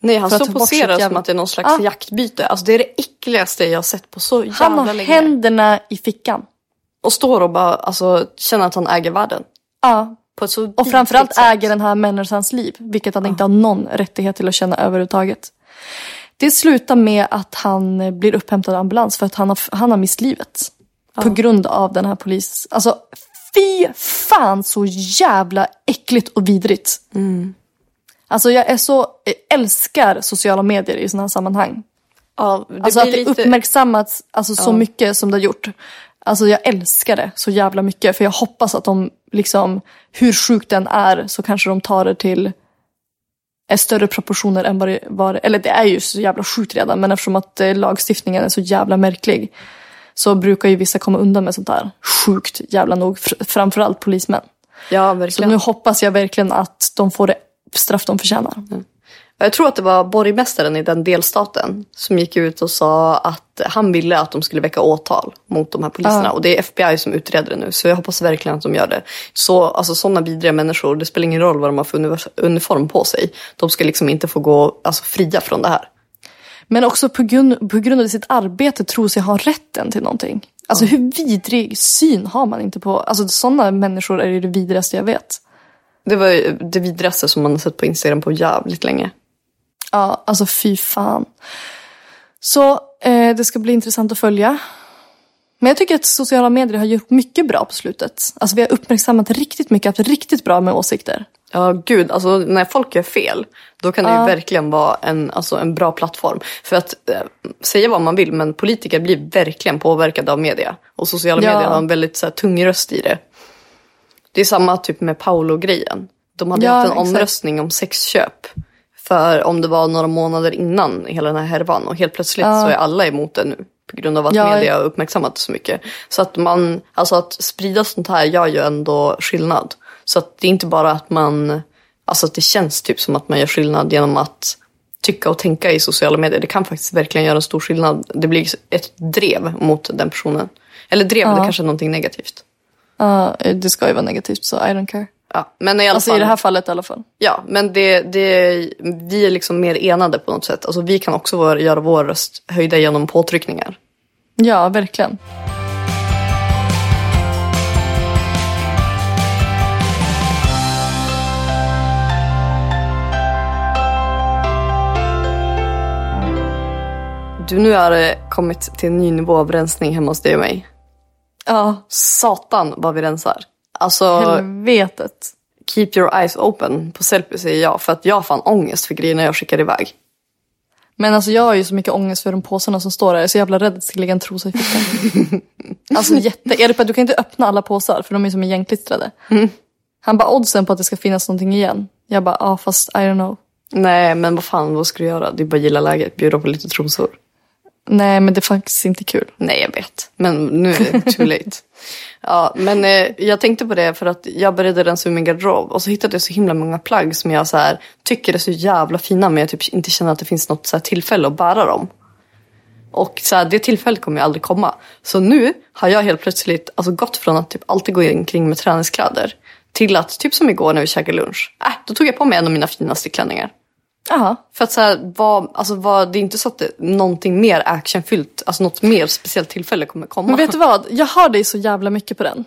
Speaker 1: Nej, han
Speaker 2: För att
Speaker 1: står och
Speaker 2: ta bort sitt
Speaker 1: poserar som
Speaker 2: jävla-
Speaker 1: att det är någon slags
Speaker 2: Ah.
Speaker 1: jaktbyte. Alltså det är det äckligaste jag har sett på så jävla
Speaker 2: Han har
Speaker 1: länge.
Speaker 2: händerna i fickan.
Speaker 1: Och står och bara alltså, känner att han äger världen.
Speaker 2: Ja,
Speaker 1: På ett så
Speaker 2: Och
Speaker 1: vidrigt
Speaker 2: framförallt
Speaker 1: sätt.
Speaker 2: äger den här människans liv, vilket han inte har någon rättighet till att känna överhuvudtaget. Det slutar med att han eh, blir upphämtad av ambulans för att han har, han har mist livet. På grund av den här polis... Alltså, fy fan så jävla äckligt och vidrigt. Alltså jag är så, älskar sociala medier i sådana här sammanhang.
Speaker 1: Ja, det
Speaker 2: Alltså att
Speaker 1: blir
Speaker 2: det
Speaker 1: lite...
Speaker 2: uppmärksammats alltså, så mycket som det har gjort. Alltså jag älskar det så jävla mycket. För jag hoppas att de, liksom, hur sjukt den är, så kanske de tar det till eh, större proportioner än vad det var. Eller det är ju så jävla sjukt redan, men eftersom att eh, lagstiftningen är så jävla märklig så brukar ju vissa komma undan med sånt där. Sjukt jävla nog, fr- framförallt polismän.
Speaker 1: Ja,
Speaker 2: Så
Speaker 1: verkligen.
Speaker 2: nu hoppas jag verkligen att de får det straff de förtjänar.
Speaker 1: Jag tror att det var borgmästaren i den delstaten som gick ut och sa att han ville att de skulle väcka åtal mot de här
Speaker 2: Ah.
Speaker 1: poliserna. Och det är FBI som utreder det nu, så jag hoppas verkligen att de gör det. Så, alltså sådana vidriga människor, det spelar ingen roll vad de har för univers- uniform på sig. De ska liksom inte få gå alltså, fria från det här.
Speaker 2: Men också på grund, på grund av sitt arbete tror sig ha rätten till någonting. Alltså hur vidrig syn har man inte på... Alltså sådana människor är ju det vidrigaste jag vet.
Speaker 1: Det var ju det vidrigaste som man har sett på Instagram på jävligt länge.
Speaker 2: Ja, alltså fy fan. Så eh, det ska bli intressant att följa. Men jag tycker att sociala medier har gjort mycket bra på slutet. Alltså vi har uppmärksammat riktigt mycket, haft riktigt bra med åsikter.
Speaker 1: Ja, gud. Alltså, när folk gör fel, då kan det ju verkligen vara en, alltså, en bra plattform. För att eh, säga vad man vill, men politiker blir verkligen påverkade av media. Och sociala
Speaker 2: Ja.
Speaker 1: medier har en väldigt så här, tung röst i det. Det är samma typ med Paolo-grejen. De hade
Speaker 2: Ja,
Speaker 1: haft en
Speaker 2: exakt.
Speaker 1: omröstning om sexköp. För om det var några månader innan hela den här härvan. Och helt plötsligt så är alla emot det nu. På grund av att
Speaker 2: Ja,
Speaker 1: media har uppmärksammat det så mycket. Så att man, alltså att sprida sånt här gör ju ändå skillnad. Så att det är inte bara att man, alltså att det känns typ som att man gör skillnad genom att tycka och tänka i sociala medier. Det kan faktiskt verkligen göra en stor skillnad. Det blir ett drev mot den personen. Eller drev, det kanske är någonting negativt.
Speaker 2: Ja, det ska ju vara negativt så I don't care.
Speaker 1: Ja, men i alla
Speaker 2: Alltså
Speaker 1: fall.
Speaker 2: i det här fallet i alla fall.
Speaker 1: Ja, men det, det, vi är liksom mer enade på något sätt. Alltså, vi kan också vår, göra vår röst höjda genom påtryckningar.
Speaker 2: Ja, verkligen.
Speaker 1: Du, nu har det kommit till en ny nivå av rensning hemma hos dig och mig.
Speaker 2: Ja,
Speaker 1: Satan vad vi rensar. Alltså,
Speaker 2: helvetet.
Speaker 1: keep your eyes open på Sellpy säger jag. För att jag har fan ångest för grejerna jag skickar iväg.
Speaker 2: Men alltså jag har ju så mycket ångest för de påsarna som står där. Jag är så jävla rädd att jag ska lägga en trosa i fickan. alltså jätte. Är det på att du kan inte öppna alla påsar för de är som igenklistrade.
Speaker 1: Mm.
Speaker 2: Han bara oddsen på att det ska finnas någonting igen. Jag bara, ja ah, fast I don't know.
Speaker 1: Nej, men vad fan, vad ska du göra? Det är bara att gilla läget, bjuda på lite trosor.
Speaker 2: Nej men det är faktiskt inte kul.
Speaker 1: Nej, jag vet. Men nu är det too late. Ja, men eh, jag tänkte på det för att jag började rensa ur min garderob och så hittade jag så himla många plagg som jag så här, tycker är så jävla fina men jag typ inte känner att det finns något så här, tillfälle att bära dem. Och så här, det tillfället kommer ju aldrig komma. Så nu har jag helt plötsligt alltså, gått från att typ alltid gå omkring med träningskläder till att, typ som igår när vi käkade lunch, äh, då tog jag på mig en av mina finaste klänningar.
Speaker 2: Jaha.
Speaker 1: För att så här, vad, alltså vad, det är inte så att det, någonting mer actionfyllt, alltså något mer speciellt tillfälle kommer komma. Mm.
Speaker 2: Men vet du vad? Jag har dig så jävla mycket på den.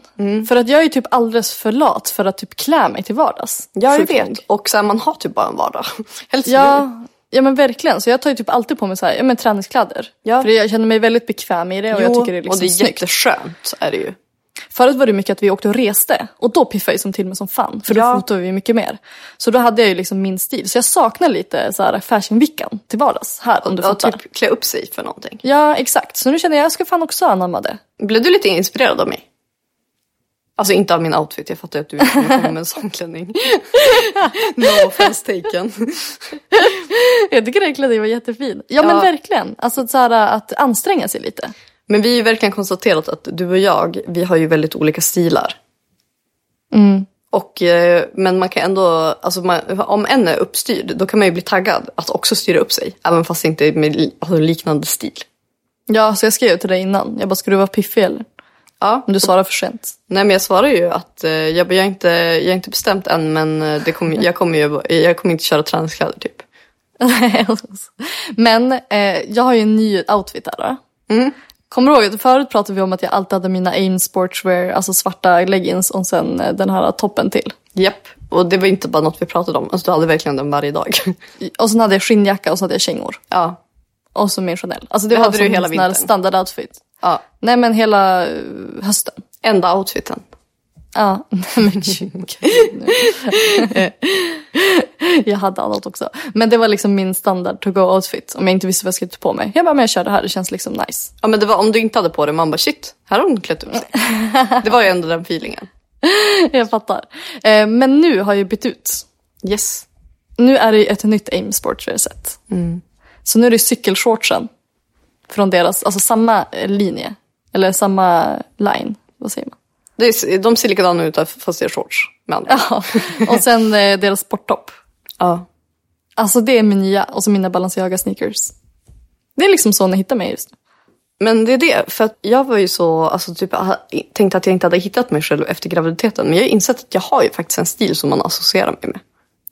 Speaker 2: För att jag är ju typ alldeles för lat för att typ klä mig till vardags.
Speaker 1: Ja, jag
Speaker 2: Sjukt
Speaker 1: vet.
Speaker 2: nog.
Speaker 1: Och så här, man har typ bara en vardag. Helst nu.
Speaker 2: Ja, ja men verkligen. Så jag tar ju typ alltid på mig så här, ja, men träningskläder.
Speaker 1: Ja.
Speaker 2: För jag känner mig väldigt bekväm i det och jag tycker det är liksom
Speaker 1: och det är
Speaker 2: snyggt.
Speaker 1: jätteskönt är det ju.
Speaker 2: Förut var det mycket att vi åkte och reste och då piffade jag som till mig som fan. För då
Speaker 1: Ja.
Speaker 2: fotade vi mycket mer. Så då hade jag ju liksom min stil. Så jag saknar lite så här fashionveckan till vardags här om du
Speaker 1: Ja,
Speaker 2: fattar.
Speaker 1: typ klä upp sig för någonting.
Speaker 2: Ja exakt, så nu känner jag jag ska fan också anamma det.
Speaker 1: Blev du lite inspirerad av mig? Alltså inte av min outfit, jag fattar ju att du inte kommer komma med en sån klänning. no offense taken.
Speaker 2: Jag tycker den klänningen var jättefin. Ja, men
Speaker 1: Ja.
Speaker 2: verkligen. Alltså så här, att anstränga sig lite.
Speaker 1: Men vi har ju verkligen konstaterat att du och jag, vi har ju väldigt olika stilar. Och, eh, men man kan ändå, alltså man, om en är uppstyrd, då kan man ju bli taggad att också styra upp sig. Även fast det inte är med li- alltså, liknande stil.
Speaker 2: Ja, så jag skrev ju till dig innan. Jag bara, ska du vara piffig eller?
Speaker 1: Ja,
Speaker 2: Men du svarar för sent.
Speaker 1: Nej men jag svarar ju att eh, jag, jag, har inte, jag har inte bestämt än men eh, det kommer- jag, kommer ju, jag kommer inte köra träningskläder typ.
Speaker 2: men eh, jag har ju en ny outfit här. då.
Speaker 1: Mm.
Speaker 2: Kommer du ihåg att förut pratade vi om att jag alltid hade mina AIM sportswear, alltså svarta leggings och sen eh, den här toppen till.
Speaker 1: Japp, och det var inte bara något vi pratade om. Alltså, du hade verkligen den varje dag.
Speaker 2: Och sen hade jag skinnjacka och så hade jag kängor.
Speaker 1: ja,
Speaker 2: Och så min Chanel. Alltså det,
Speaker 1: Det
Speaker 2: var
Speaker 1: hade du
Speaker 2: som
Speaker 1: hela
Speaker 2: en sån här
Speaker 1: vintern.
Speaker 2: standard outfit.
Speaker 1: ja.
Speaker 2: Nej men hela eh, hösten.
Speaker 1: Enda outfiten.
Speaker 2: Ja, nej men gud. jag hade annat också. Men det var liksom min standard to go outfit. Om jag inte visste vad jag skulle ta på mig. Jag bara, men jag kör det här, det känns liksom nice.
Speaker 1: Ja men det var om du inte hade på det, man bara shit, här har hon klätt upp sig. det var ju ändå den feelingen.
Speaker 2: jag fattar. Eh, men nu har jag bytt ut.
Speaker 1: Yes. Mm.
Speaker 2: Nu är det ju ett nytt aim sportswear-set. Så nu är det cykelshortsen. Från deras, alltså samma eh, linje. Eller samma line, vad säger man?
Speaker 1: Det är, de ser likadana ut fast det är shorts. Med andra.
Speaker 2: Ja. Och sen eh, deras sporttopp.
Speaker 1: Ja.
Speaker 2: Alltså det är min nya, och så mina Balenciaga sneakers. Det är liksom så ni hittar mig just nu.
Speaker 1: Men det är det, för att jag var ju så, alltså typ ha- tänkte att jag inte hade hittat mig själv efter graviditeten. Men jag har ju insett att jag har ju faktiskt en stil som man associerar mig med.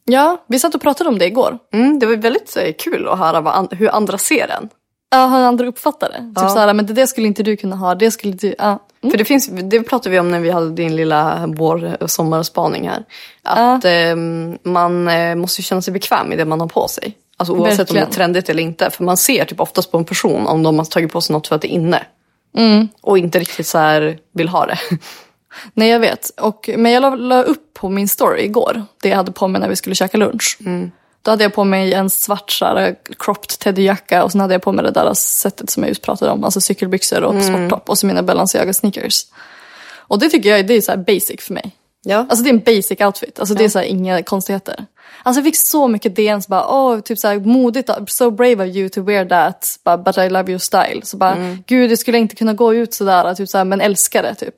Speaker 2: Ja, vi satt och pratade om det igår.
Speaker 1: Mm, det var väldigt eh, kul att höra vad an- hur andra ser en.
Speaker 2: Ja, hur andra uppfattar det.
Speaker 1: Ja.
Speaker 2: Typ såhär, men det där skulle inte du kunna ha, det skulle du... Ja. Mm.
Speaker 1: För det, finns, det pratade vi om när vi hade din lilla vår och sommarspaning här. Att ehm, man eh, måste ju känna sig bekväm i det man har på sig. Alltså oavsett om
Speaker 2: Verkligen.
Speaker 1: det är trendigt eller inte. För man ser typ oftast på en person om de har tagit på sig något för att det är inne. Och inte riktigt så här vill ha det.
Speaker 2: Nej, jag vet. Och, men jag la, la upp på min story igår, det jag hade på mig när vi skulle käka lunch. Då hade jag på mig en svart såhär, cropped teddyjacka och sen hade jag på mig det där sättet som jag just pratade om. Alltså cykelbyxor och sporttopp och så mina Balenciaga sneakers. Och det tycker jag det är så basic för mig.
Speaker 1: Ja.
Speaker 2: Alltså det är en basic outfit. Alltså det är så här, inga konstigheter. Alltså jag fick så mycket DMs bara, åh, typ så här modigt, so brave of you to wear that, bara, but I love your style. Så bara, gud jag skulle inte kunna gå ut sådär, typ så här, men älskar det typ.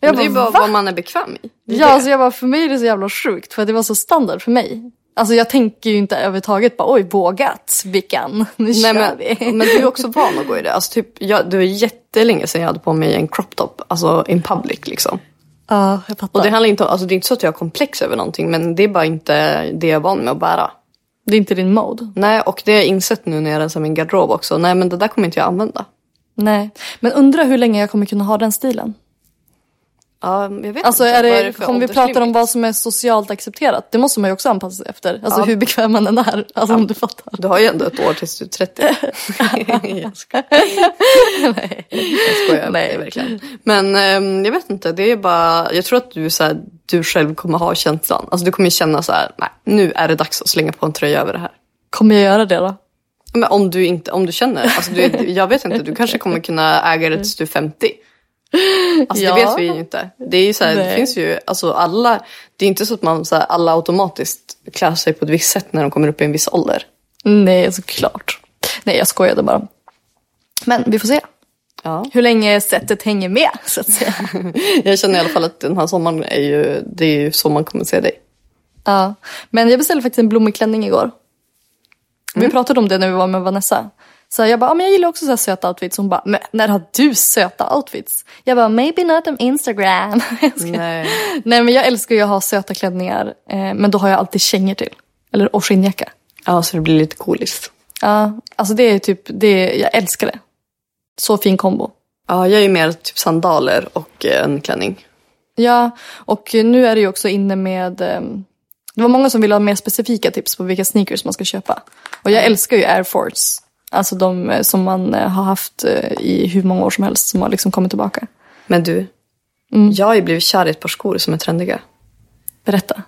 Speaker 2: Jag
Speaker 1: Men det är ju bara
Speaker 2: "Va?"
Speaker 1: vad man är bekväm i. Det är
Speaker 2: Ja,
Speaker 1: det.
Speaker 2: alltså jag bara, för mig är det så jävla sjukt för att det var så standard för mig. Alltså jag tänker ju inte överhuvudtaget bara, oj vågat, Vickan, nu kör
Speaker 1: Nej, men,
Speaker 2: vi.
Speaker 1: men du är också van att gå i det. Alltså, typ, jag, det var jättelänge sedan jag hade på mig en crop top, alltså in public. Liksom.
Speaker 2: Ja, jag fattar.
Speaker 1: Och det,
Speaker 2: Det,
Speaker 1: handlar inte om, alltså, det är inte så att jag har komplex över någonting, men det är bara inte det jag är van med att bära.
Speaker 2: är inte din mode.
Speaker 1: Nej, och det har jag insett nu när jag rensar min garderob också. Nej, men det där kommer inte jag använda.
Speaker 2: Nej, men undra hur länge jag kommer kunna ha den stilen.
Speaker 1: Ja, jag vet
Speaker 2: Alltså
Speaker 1: inte.
Speaker 2: är
Speaker 1: Vad
Speaker 2: det,
Speaker 1: är för
Speaker 2: om vi
Speaker 1: ålderslimit?
Speaker 2: pratar om vad som är socialt accepterat, det måste man ju också anpassa sig efter. Alltså
Speaker 1: Ja.
Speaker 2: hur bekväm man än är, alltså om du fattar.
Speaker 1: Du har ju ändå ett år tills du är 30. jag skojar. Jag skojar Nej.
Speaker 2: Nej.
Speaker 1: Det, verkligen. Men ehm, jag vet inte, det är bara, jag tror att du, så här, du själv kommer ha känslan. Alltså du kommer ju känna så här, nej, nu är det dags att slänga på en tröja över det här.
Speaker 2: Kommer jag göra det då?
Speaker 1: Men om du, inte, om du känner. Alltså du, jag vet inte, du kanske kommer kunna äga det tills du är 50. Alltså
Speaker 2: Ja.
Speaker 1: det vet vi ju inte. Det, är ju så här, det
Speaker 2: Nej.
Speaker 1: finns ju, alltså alla, det är inte så att man så här, alla automatiskt klär sig på ett visst sätt när de kommer upp i en viss ålder.
Speaker 2: Nej, såklart. Nej, jag skojade bara. Men vi får se.
Speaker 1: Ja.
Speaker 2: Hur länge sättet hänger med, så att säga.
Speaker 1: Jag känner i alla fall att den här sommaren är ju, det är ju så man kommer se dig.
Speaker 2: ja. Men jag beställde faktiskt en blommig klänning igår. Vi pratade om det när vi var med Vanessa. Så jag bara, ah, men jag gillar också så här söta outfits. Hon bara, men när har du söta outfits? Jag bara, maybe not on Instagram. Jag skojar.
Speaker 1: Nej.
Speaker 2: Nej men jag älskar ju att ha söta klänningar. Eh, men då har jag alltid kängor till. Eller och skinnjacka.
Speaker 1: Ja, så det blir lite cooliskt.
Speaker 2: Ja, alltså det är typ, det är, jag älskar det. Så fin kombo.
Speaker 1: Ja, jag är ju mer typ sandaler och eh, en klänning.
Speaker 2: Ja, och nu är det ju också inne med... ehm, Det var många som ville ha mer specifika tips på vilka sneakers man ska köpa. Och jag älskar ju Air Force. Alltså de eh, som man eh, har haft eh, i hur många år som helst som har liksom kommit tillbaka.
Speaker 1: Men du,
Speaker 2: Mm.
Speaker 1: jag har ju blivit kär i ett par skor som är trendiga.
Speaker 2: Berätta.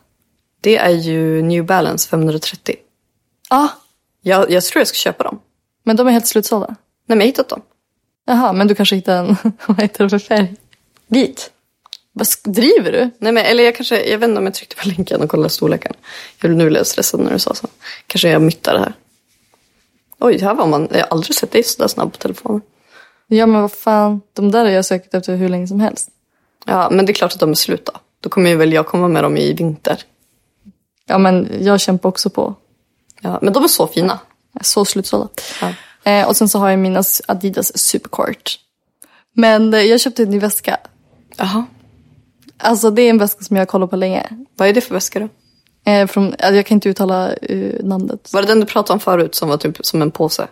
Speaker 1: Det är ju New Balance 530.
Speaker 2: Ja,
Speaker 1: Jag, jag tror jag ska köpa dem.
Speaker 2: men de är helt slutsålda.
Speaker 1: Nej, men jag har hittat dem.
Speaker 2: Jaha, men du kanske hittar en... Vad heter det för färg?
Speaker 1: Vit.
Speaker 2: Vad sk- driver du?
Speaker 1: Nej, men, eller jag kanske, jag vet inte om jag tryckte på länken och kollade storleken. Jag, nu blev jag stressad när du sa så. Kanske jag myttar det här. Oj, här var man, jag har aldrig sett dig sådär snabb på telefonen.
Speaker 2: Ja, men vad fan. De där har jag sökt efter hur länge som helst.
Speaker 1: Ja, men det är klart att de är slut då. Då kommer ju väl jag komma med dem i vinter.
Speaker 2: Ja, men jag kämpar också på.
Speaker 1: Ja, men de är så fina.
Speaker 2: Så slutsålda.
Speaker 1: Ja.
Speaker 2: Eh, och sen så har jag mina Adidas Supercourt. Men eh, jag köpte en ny väska.
Speaker 1: Jaha.
Speaker 2: Alltså det är en väska som jag har kollat på länge.
Speaker 1: Vad är det för väska då?
Speaker 2: Eh, från, alltså, jag kan inte uttala eh, namnet.
Speaker 1: Var det den du pratade om förut som var typ som en påse?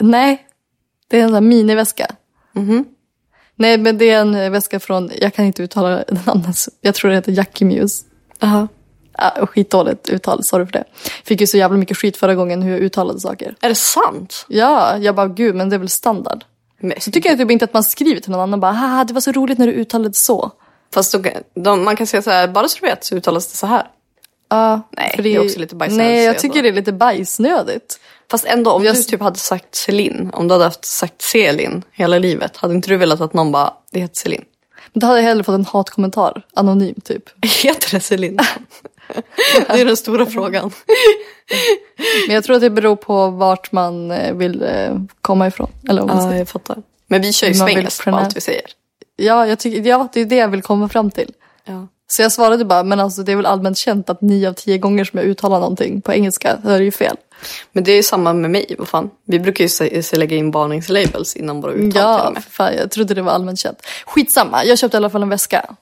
Speaker 2: Nej, det är en sån här miniväska.
Speaker 1: Mhm.
Speaker 2: Nej, men det är en eh, väska från, jag kan inte uttala namnet. Jag tror det heter Jackie Muse.
Speaker 1: Jaha.
Speaker 2: Ah, skitdåligt uttal, sorry för det. Fick ju så jävla mycket skit förra gången hur jag uttalade saker.
Speaker 1: Är det sant?
Speaker 2: Ja, jag bara gud, men det är väl standard.
Speaker 1: Men,
Speaker 2: Så tycker jag typ inte att man skriver till någon annan bara, haha det var så roligt när du uttalade så.
Speaker 1: Fast då, de, man kan säga så här, bara så du vet så uttalas det så här.
Speaker 2: Ja,
Speaker 1: Nej,
Speaker 2: för
Speaker 1: det är också lite bajsnödigt att
Speaker 2: Nej,
Speaker 1: säga
Speaker 2: jag tycker
Speaker 1: så.
Speaker 2: det är lite bajsnödigt.
Speaker 1: Fast ändå, om
Speaker 2: Jag-
Speaker 1: du typ hade sagt Celine, om du hade haft sagt Selin hela livet, hade inte du velat att någon bara, det heter Celine?
Speaker 2: Men Då hade jag hellre fått en hatkommentar, anonym typ.
Speaker 1: Heter det Celine? det är den stora frågan.
Speaker 2: Men jag tror att det beror på vart man eh, vill eh, komma ifrån. Eller vad man
Speaker 1: Ja,
Speaker 2: säger.
Speaker 1: jag fattar. Men vi kör ju
Speaker 2: Man vill
Speaker 1: svengelst på
Speaker 2: pronoun-
Speaker 1: allt vi säger.
Speaker 2: Ja, jag tycker, ja, det är det jag vill komma fram till.
Speaker 1: Ja.
Speaker 2: Så jag svarade bara, men alltså det är väl allmänt känt att nio av tio gånger som jag uttalar någonting på engelska så är det ju fel.
Speaker 1: Men det är ju samma med mig, vad fan. Vi brukar ju se, se lägga in varningslabels innan våra uttal till och
Speaker 2: Ja,
Speaker 1: med.
Speaker 2: för fan, jag trodde det var allmänt känt. Skitsamma, jag köpte i alla fall en väska.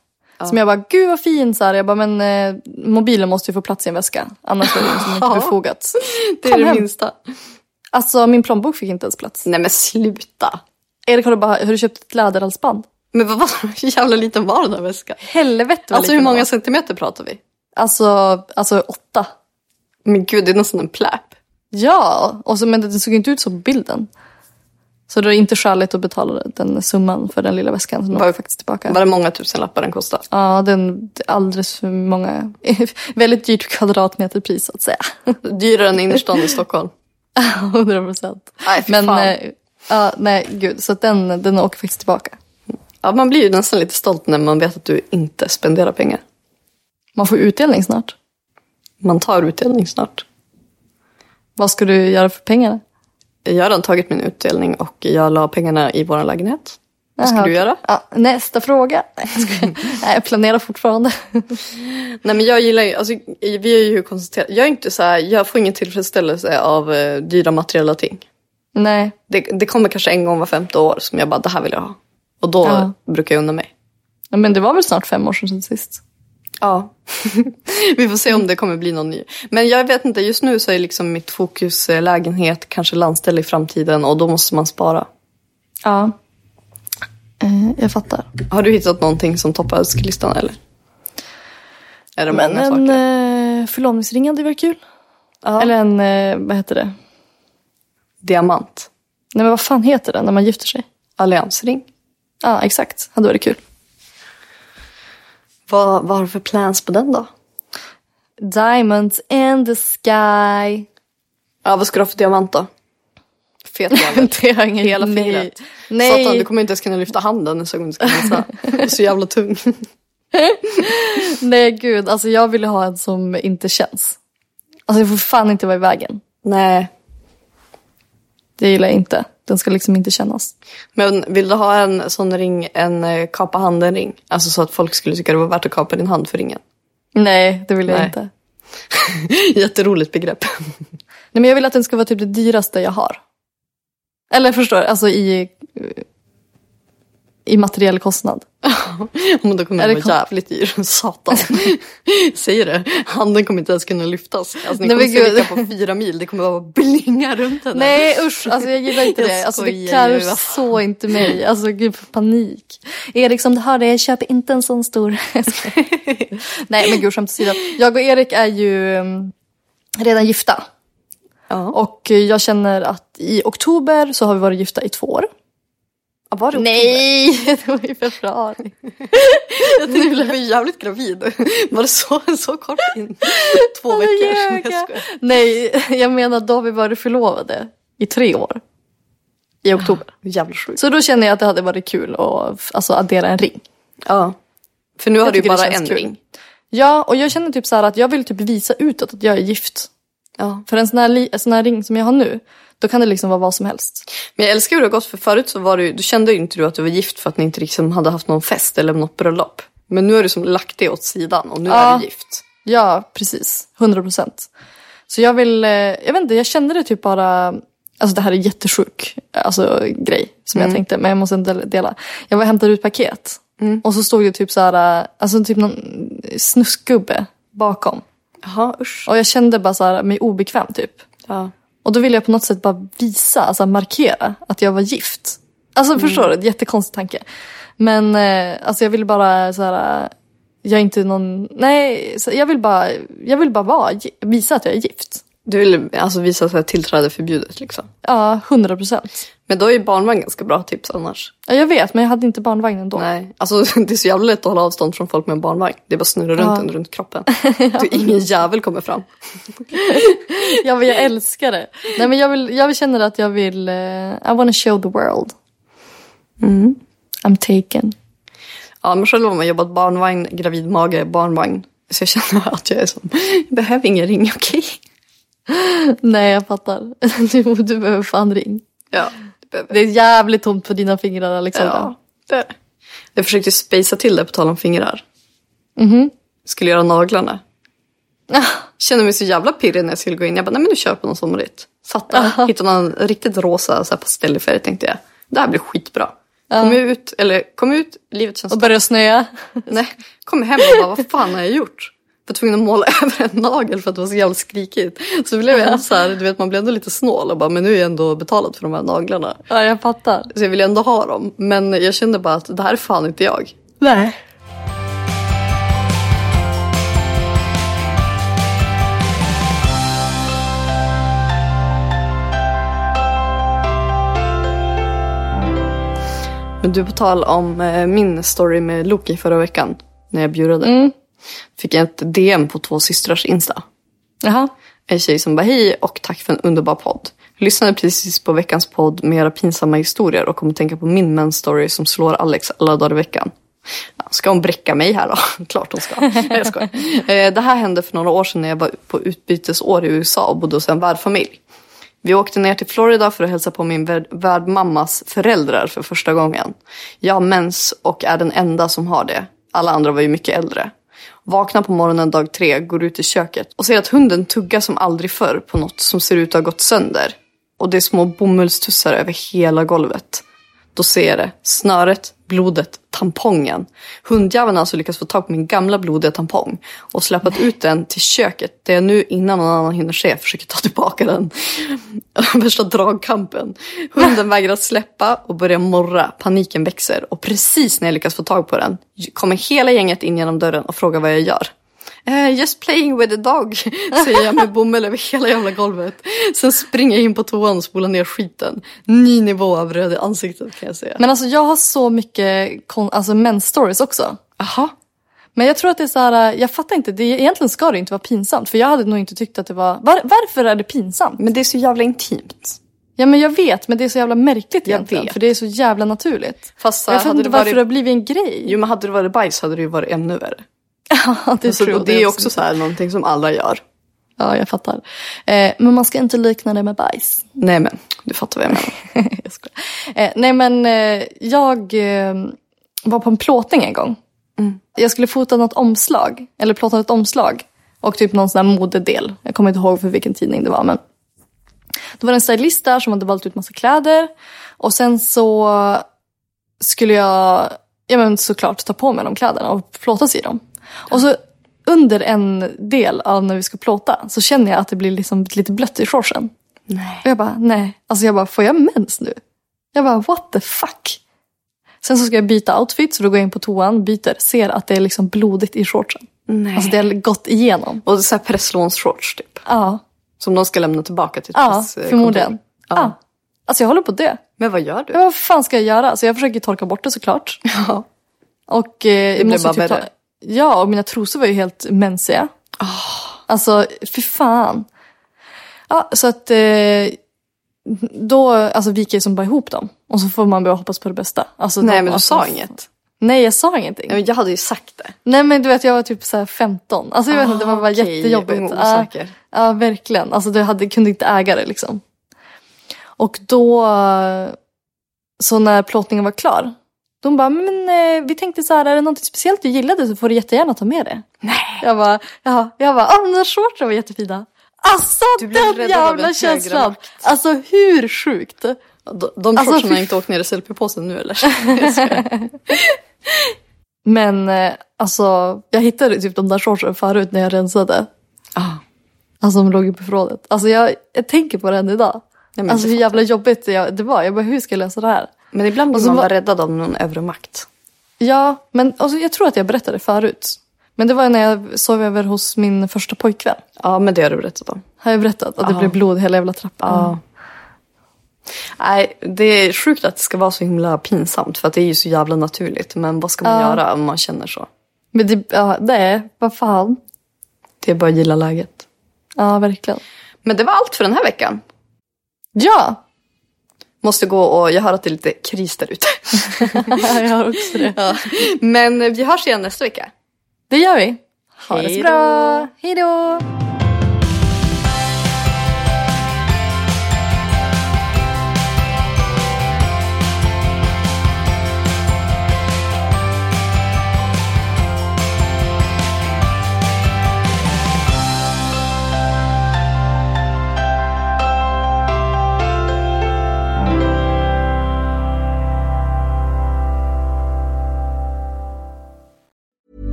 Speaker 2: Som jag bara, gud vad fin så här. Jag bara, men eh, mobilen måste ju få plats i en väska. Annars är det liksom inte befogat.
Speaker 1: Det är det
Speaker 2: hem.
Speaker 1: minsta.
Speaker 2: Alltså min plånbok fick inte ens plats.
Speaker 1: Nej men sluta.
Speaker 2: Erik kollade bara, har du köpt ett läderhalsband?
Speaker 1: Men vad var hur jävla liten var den där väskan?
Speaker 2: Helvete vad
Speaker 1: Alltså
Speaker 2: liten
Speaker 1: hur
Speaker 2: den
Speaker 1: många
Speaker 2: var.
Speaker 1: centimeter pratar vi?
Speaker 2: Alltså, alltså åtta.
Speaker 1: Men gud, det är nästan en pläp.
Speaker 2: Ja, och så, men den såg inte ut så på bilden. Så det är inte skäligt att betala den summan för den lilla väskan. Så den var ju faktiskt tillbaka.
Speaker 1: Var det många tusenlappar den kostade?
Speaker 2: Ja, den alldeles för många. Väldigt dyrt kvadratmeterpris så att säga.
Speaker 1: Dyrare än innerstan i Stockholm.
Speaker 2: 100 procent.
Speaker 1: Nej, fy
Speaker 2: Men
Speaker 1: fan.
Speaker 2: eh, ja, nej gud, så att den, den åker faktiskt tillbaka.
Speaker 1: Ja, man blir ju nästan lite stolt när man vet att du inte spenderar pengar.
Speaker 2: Man får utdelning snart.
Speaker 1: Man tar utdelning snart.
Speaker 2: Vad ska du göra för pengarna?
Speaker 1: Jag har redan tagit min utdelning och jag la pengarna i vår lägenhet. Vad ska
Speaker 2: Jaha,
Speaker 1: du
Speaker 2: okej.
Speaker 1: göra?
Speaker 2: Ja, nästa fråga. Nej, jag skojar. Nej, jag planerar fortfarande.
Speaker 1: Nej men jag gillar ju, alltså, vi är ju konstaterat, jag är inte så här, jag får ingen tillfredsställelse av eh, dyra materiella ting.
Speaker 2: Nej,
Speaker 1: Det, det kommer kanske en gång var femte år som jag bara, det här vill jag ha. Och då
Speaker 2: Ja.
Speaker 1: brukar jag unna mig.
Speaker 2: men det var väl snart fem år sedan sist.
Speaker 1: Ja. Vi får se om det kommer bli någon ny. Men jag vet inte, just nu så är liksom mitt fokus eh, lägenhet, kanske landställe i framtiden och då måste man spara.
Speaker 2: Ja. Eh, jag fattar.
Speaker 1: Har du hittat någonting som toppar önskelistan eller? Är det
Speaker 2: Men
Speaker 1: många
Speaker 2: en
Speaker 1: saker?
Speaker 2: eh, förlovningsring hade varit kul. Eller en, eh, vad heter det?
Speaker 1: Diamant.
Speaker 2: Nej men vad fan heter det när man gifter sig?
Speaker 1: Alliansring.
Speaker 2: Ja, exakt. Hade varit kul.
Speaker 1: Vad, vad har du för plans på den då?
Speaker 2: Diamonds in the sky.
Speaker 1: Ja, vad ska du ha för diamant då? fetbandet.
Speaker 2: Det har ingen...
Speaker 1: Hela
Speaker 2: nej.
Speaker 1: fingret.
Speaker 2: Nej.
Speaker 1: Satan, du kommer inte ens kunna lyfta handen en sekund. Ska jag säga. så jävla tung.
Speaker 2: Nej gud, alltså jag vill ha en som inte känns. Alltså det får fan inte vara i vägen.
Speaker 1: Nej.
Speaker 2: Det gillar jag inte. Den ska liksom inte kännas.
Speaker 1: Men vill du ha en sån ring, en eh, kapa handen-ring? Alltså så att folk skulle tycka det var värt att kapa din hand för ringen.
Speaker 2: Nej, det vill jag
Speaker 1: Nej.
Speaker 2: inte.
Speaker 1: Jätteroligt begrepp.
Speaker 2: Nej men jag vill att den ska vara typ det dyraste jag har. Eller förstår, du? alltså i, eh, i materiell kostnad.
Speaker 1: Men då kommer
Speaker 2: Är
Speaker 1: den
Speaker 2: det
Speaker 1: vara jävligt dyr. Satan. Säger det. Handen kommer inte ens kunna lyftas. Alltså ni
Speaker 2: Nej,
Speaker 1: kommer
Speaker 2: men
Speaker 1: se
Speaker 2: gud.
Speaker 1: vicka på fyra mil. Det kommer bara blinga runt henne.
Speaker 2: Nej usch, alltså jag gillar inte
Speaker 1: Jag
Speaker 2: det. Alltså det
Speaker 1: skojar
Speaker 2: klär
Speaker 1: ju, vad fan.
Speaker 2: så inte mig. Alltså gud, för panik. Erik som du hör det, jag köper inte en sån stor. Nej men gud, skämt åsido. Jag och Erik är ju mm, redan gifta.
Speaker 1: Ja.
Speaker 2: Och eh, jag känner att i oktober så har vi varit gifta i två år.
Speaker 1: Ja, var det
Speaker 2: Nej, det var i februari.
Speaker 1: Jag tänkte bli jävligt gravid. Var det så, så kort in? Två
Speaker 2: Två
Speaker 1: veckor? Nej, jag
Speaker 2: veckor.
Speaker 1: skojar.
Speaker 2: Nej, jag menar då har vi varit förlovade i tre år. I oktober.
Speaker 1: Ah, Jävla sjukt.
Speaker 2: Så då känner jag att det hade varit kul att f- alltså, addera en ring.
Speaker 1: Ja. För nu har du ju
Speaker 2: tycker det
Speaker 1: bara
Speaker 2: känns
Speaker 1: en
Speaker 2: kul.
Speaker 1: ring.
Speaker 2: Ja, och jag känner typ så här att jag vill typ visa utåt att jag är gift.
Speaker 1: Ja.
Speaker 2: För en sån här, li- en sån här ring som jag har nu, då kan det liksom vara vad som helst.
Speaker 1: Men jag älskar hur det har gått för förut så var du, du kände ju inte du att du var gift för att ni inte liksom hade haft någon fest eller något bröllop. Men nu har du som lagt det åt sidan och nu är
Speaker 2: Ja.
Speaker 1: du gift.
Speaker 2: Ja, precis. 100 procent. Så jag vill, eh, jag vet inte, jag kände det typ bara, alltså det här är jättesjuk alltså, grej som jag tänkte, men jag måste inte dela. Jag var och hämtade ut paket och så stod det typ så här, eh, alltså typ någon snuskgubbe bakom.
Speaker 1: Jaha, usch.
Speaker 2: Och jag kände bara så här, mig obekväm typ.
Speaker 1: Ja.
Speaker 2: Och då ville jag på något sätt bara visa, alltså markera att jag var gift. Alltså
Speaker 1: Mm.
Speaker 2: förstår du? Jättekonstig tanke. Men eh, alltså jag ville bara så här, eh, jag är inte någon, nej, så jag vill bara, jag vill bara vara, gi- visa att jag är gift.
Speaker 1: Du vill alltså visa så här tillträde förbjudet liksom.
Speaker 2: Ja, hundra procent.
Speaker 1: Men då är ju barnvagn ganska bra tips annars.
Speaker 2: Ja, jag vet, men jag hade inte barnvagnen då.
Speaker 1: Nej, alltså det är så jävla lätt att hålla avstånd från folk med en barnvagn. Det är bara att snurra runt den runt kroppen. Du, ingen jävel kommer fram.
Speaker 2: Jag, jag älskar det. Nej, men jag, vill, jag känner att jag vill, eh, I wanna show the world.
Speaker 1: Mm.
Speaker 2: I'm taken.
Speaker 1: Ja, men själv har man jobbat barnvagn, gravid mage, barnvagn. Så jag känner att jag är som, jag behöver ingen ring, okej?
Speaker 2: Nej, jag fattar. Du, du behöver fan ring.
Speaker 1: Ja, det behöver
Speaker 2: Det är jävligt tomt på dina fingrar Alexandra.
Speaker 1: Ja, det är det. Jag försökte spacea till det på tal om fingrar. Mhm. Skulle göra naglarna. Kände mig så jävla pirrig när jag skulle gå in. Jag bara, nej men nu kör jag på något somrigt. Satta, hittade någon riktigt rosa så här pastellfärg tänkte jag. Det här blir skitbra. Kom ut, eller kom ut, livet känns...
Speaker 2: Och börjar snöa.
Speaker 1: Nej, kom hem och bara, vad fan har jag gjort? Var tvungen att måla över en nagel för att det var så jävla skrikigt. Så blev jag så här, du vet man blev ändå lite snål och bara, men nu är jag ändå betalad för de här naglarna.
Speaker 2: Ja, jag fattar.
Speaker 1: Så jag ville ändå ha dem. Men jag kände bara att det här är fan inte jag.
Speaker 2: Nej.
Speaker 1: Men du, på tal om eh, min story med Loki förra veckan. När jag bjudade. Fick jag ett DM på två systrars Insta.
Speaker 2: Jaha.
Speaker 1: En tjej som bara hej och tack för en underbar podd. Lyssnade precis på veckans podd med era pinsamma historier och kom att tänka på min mensstory som slår Alex alla dagar i veckan. Ja, Ska hon bräcka mig här då? Klart hon ska. Nej, Jag skojar. Eh, Det här hände för några år sedan när jag var på utbytesår i USA och bodde hos en värdfamilj. Vi åkte ner till Florida för att hälsa på min värd- värdmammas föräldrar för första gången. Jag har mens och är den enda som har det. Alla andra var ju mycket äldre. Vaknar på morgonen dag tre, går ut i köket och ser att hunden tuggar som aldrig förr på något som ser ut att ha gått sönder. Och det är små bomullstussar över hela golvet. Då ser jag det. Snöret, blodet, tampongen. Hundjäveln har alltså lyckats få tag på min gamla blodiga tampong och släpat ut den till köket där jag nu innan någon annan hinner se försöker ta tillbaka den. Värsta dragkampen. Hunden vägrar släppa och börjar morra. Paniken växer och precis när jag lyckas få tag på den kommer hela gänget in genom dörren och frågar vad jag gör. Eh, just playing with the dog, säger jag med bomull över hela jävla golvet. Sen springer jag in på toan och spolar ner skiten. Ny nivå av röd i ansiktet kan jag säga.
Speaker 2: Men alltså jag har så mycket kon- alltså, mens-stories också.
Speaker 1: Jaha.
Speaker 2: Men jag tror att det är så här, äh, jag fattar inte, det, egentligen ska det inte vara pinsamt. För jag hade nog inte tyckt att det var, var varför är det pinsamt?
Speaker 1: Men det är så jävla intimt.
Speaker 2: Ja men jag vet, men det är så jävla märkligt egentligen.
Speaker 1: vet.
Speaker 2: För det är så jävla naturligt.
Speaker 1: Fast så
Speaker 2: jag
Speaker 1: här,
Speaker 2: fattar
Speaker 1: hade
Speaker 2: inte
Speaker 1: det
Speaker 2: varför
Speaker 1: varit...
Speaker 2: det har blivit en grej.
Speaker 1: Jo men hade det varit bajs hade det ju varit ännu värre.
Speaker 2: Ja, det, är
Speaker 1: Alltså,
Speaker 2: true,
Speaker 1: och det är också
Speaker 2: sant.
Speaker 1: så här någonting som alla gör.
Speaker 2: Ja, jag fattar. Eh, men man ska inte likna det med bajs.
Speaker 1: Nej men, du fattar vad jag menar.
Speaker 2: jag skojar. Eh, nej men eh, jag eh, var på en plåtning en gång.
Speaker 1: Mm.
Speaker 2: Jag skulle fota något omslag, eller plåta ett omslag. Och typ någon sån här modedel. Jag kommer inte ihåg för vilken tidning det var men. Då var det en stylist där som hade valt ut massa kläder. Och sen så skulle jag ja, men såklart ta på mig de kläderna och plåtas i dem. Och så under en del av när vi ska plåta så känner jag att det blir liksom lite blött i shortsen. Och jag bara, nej. Alltså jag bara, får jag mens nu? Jag bara, what the fuck? Sen så ska jag byta outfit, så då går jag in på toan, byter, ser att det är liksom blodigt i shortsen.
Speaker 1: Nej.
Speaker 2: Alltså det har gått igenom.
Speaker 1: Och så här presslånsshorts typ.
Speaker 2: Ja,
Speaker 1: Som de ska lämna tillbaka till
Speaker 2: ja
Speaker 1: presskontoret.
Speaker 2: förmodligen. Ja. Alltså jag håller på att dö.
Speaker 1: Men vad gör du?
Speaker 2: Men vad fan ska jag göra? Alltså jag försöker torka bort det såklart.
Speaker 1: Ja.
Speaker 2: Och eh,
Speaker 1: blev
Speaker 2: jag måste
Speaker 1: bara
Speaker 2: typ ta...
Speaker 1: värre. Ah.
Speaker 2: Ja, och mina trosor var ju helt mensiga. Alltså, fy fan. Ja, så att eh, då alltså, viker jag som bara ihop dem. Och så får man börja hoppas på det bästa. Alltså,
Speaker 1: Nej
Speaker 2: de-
Speaker 1: men du
Speaker 2: alltså,
Speaker 1: sa
Speaker 2: f-
Speaker 1: inget.
Speaker 2: Nej, jag sa ingenting.
Speaker 1: Nej, men jag hade ju sagt det.
Speaker 2: Nej, men du vet, jag var typ så här 15. Alltså, jag vet inte, det var bara
Speaker 1: Ah, okej, ung
Speaker 2: jättejobbigt.
Speaker 1: och
Speaker 2: Ja,
Speaker 1: osäker.
Speaker 2: ja, verkligen. Alltså, du hade, kunde inte äga det liksom. Och då, eh, så när plåtningen var klar, de bara, men eh, vi tänkte så här, är det något speciellt du gillade så får du jättegärna ta med det. Nej. Jag bara, ja, jag bara, ah, men de här shortsen var jättefina. Alltså
Speaker 1: Du blev
Speaker 2: den
Speaker 1: räddad av en
Speaker 2: jävla
Speaker 1: högre
Speaker 2: känslan.
Speaker 1: makt.
Speaker 2: Alltså hur sjukt?
Speaker 1: De, de
Speaker 2: Alltså,
Speaker 1: shortsen har
Speaker 2: fy-
Speaker 1: inte åkt ner i selfiepåsen nu eller?
Speaker 2: Men eh, alltså, jag hittade typ de där shortsen förut när jag rensade.
Speaker 1: ah.
Speaker 2: Alltså de låg ju på förrådet. Alltså jag, jag tänker på det än idag.
Speaker 1: men
Speaker 2: alltså
Speaker 1: det
Speaker 2: hur jävla jobbigt det, det var. Jag bara, hur ska jag lösa det här?
Speaker 1: Men ibland
Speaker 2: Och
Speaker 1: blir
Speaker 2: så
Speaker 1: man
Speaker 2: var-
Speaker 1: bara räddad av någon övre makt.
Speaker 2: Ja, men alltså, jag tror att jag berättade förut. Men det var när jag sov över hos min första pojkvän.
Speaker 1: Ja men det har du berättat om.
Speaker 2: Har jag berättat? Att det blev blod hela jävla trappan.
Speaker 1: Nej, det är sjukt att det ska vara så himla pinsamt för att det är ju så jävla naturligt. Men vad ska man göra om man känner så?
Speaker 2: Men det, ja, nej, vad fan.
Speaker 1: Det är bara att gilla läget.
Speaker 2: Ja, verkligen.
Speaker 1: Men det var allt för den här veckan.
Speaker 2: Ja!
Speaker 1: Måste gå och jag hör att det är lite kris där ute.
Speaker 2: jag har också det.
Speaker 1: Men vi hörs igen nästa vecka.
Speaker 2: Det gör vi. Ha det
Speaker 1: Hej
Speaker 2: så
Speaker 1: då.
Speaker 2: bra. Hej då!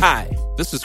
Speaker 3: Hi, this is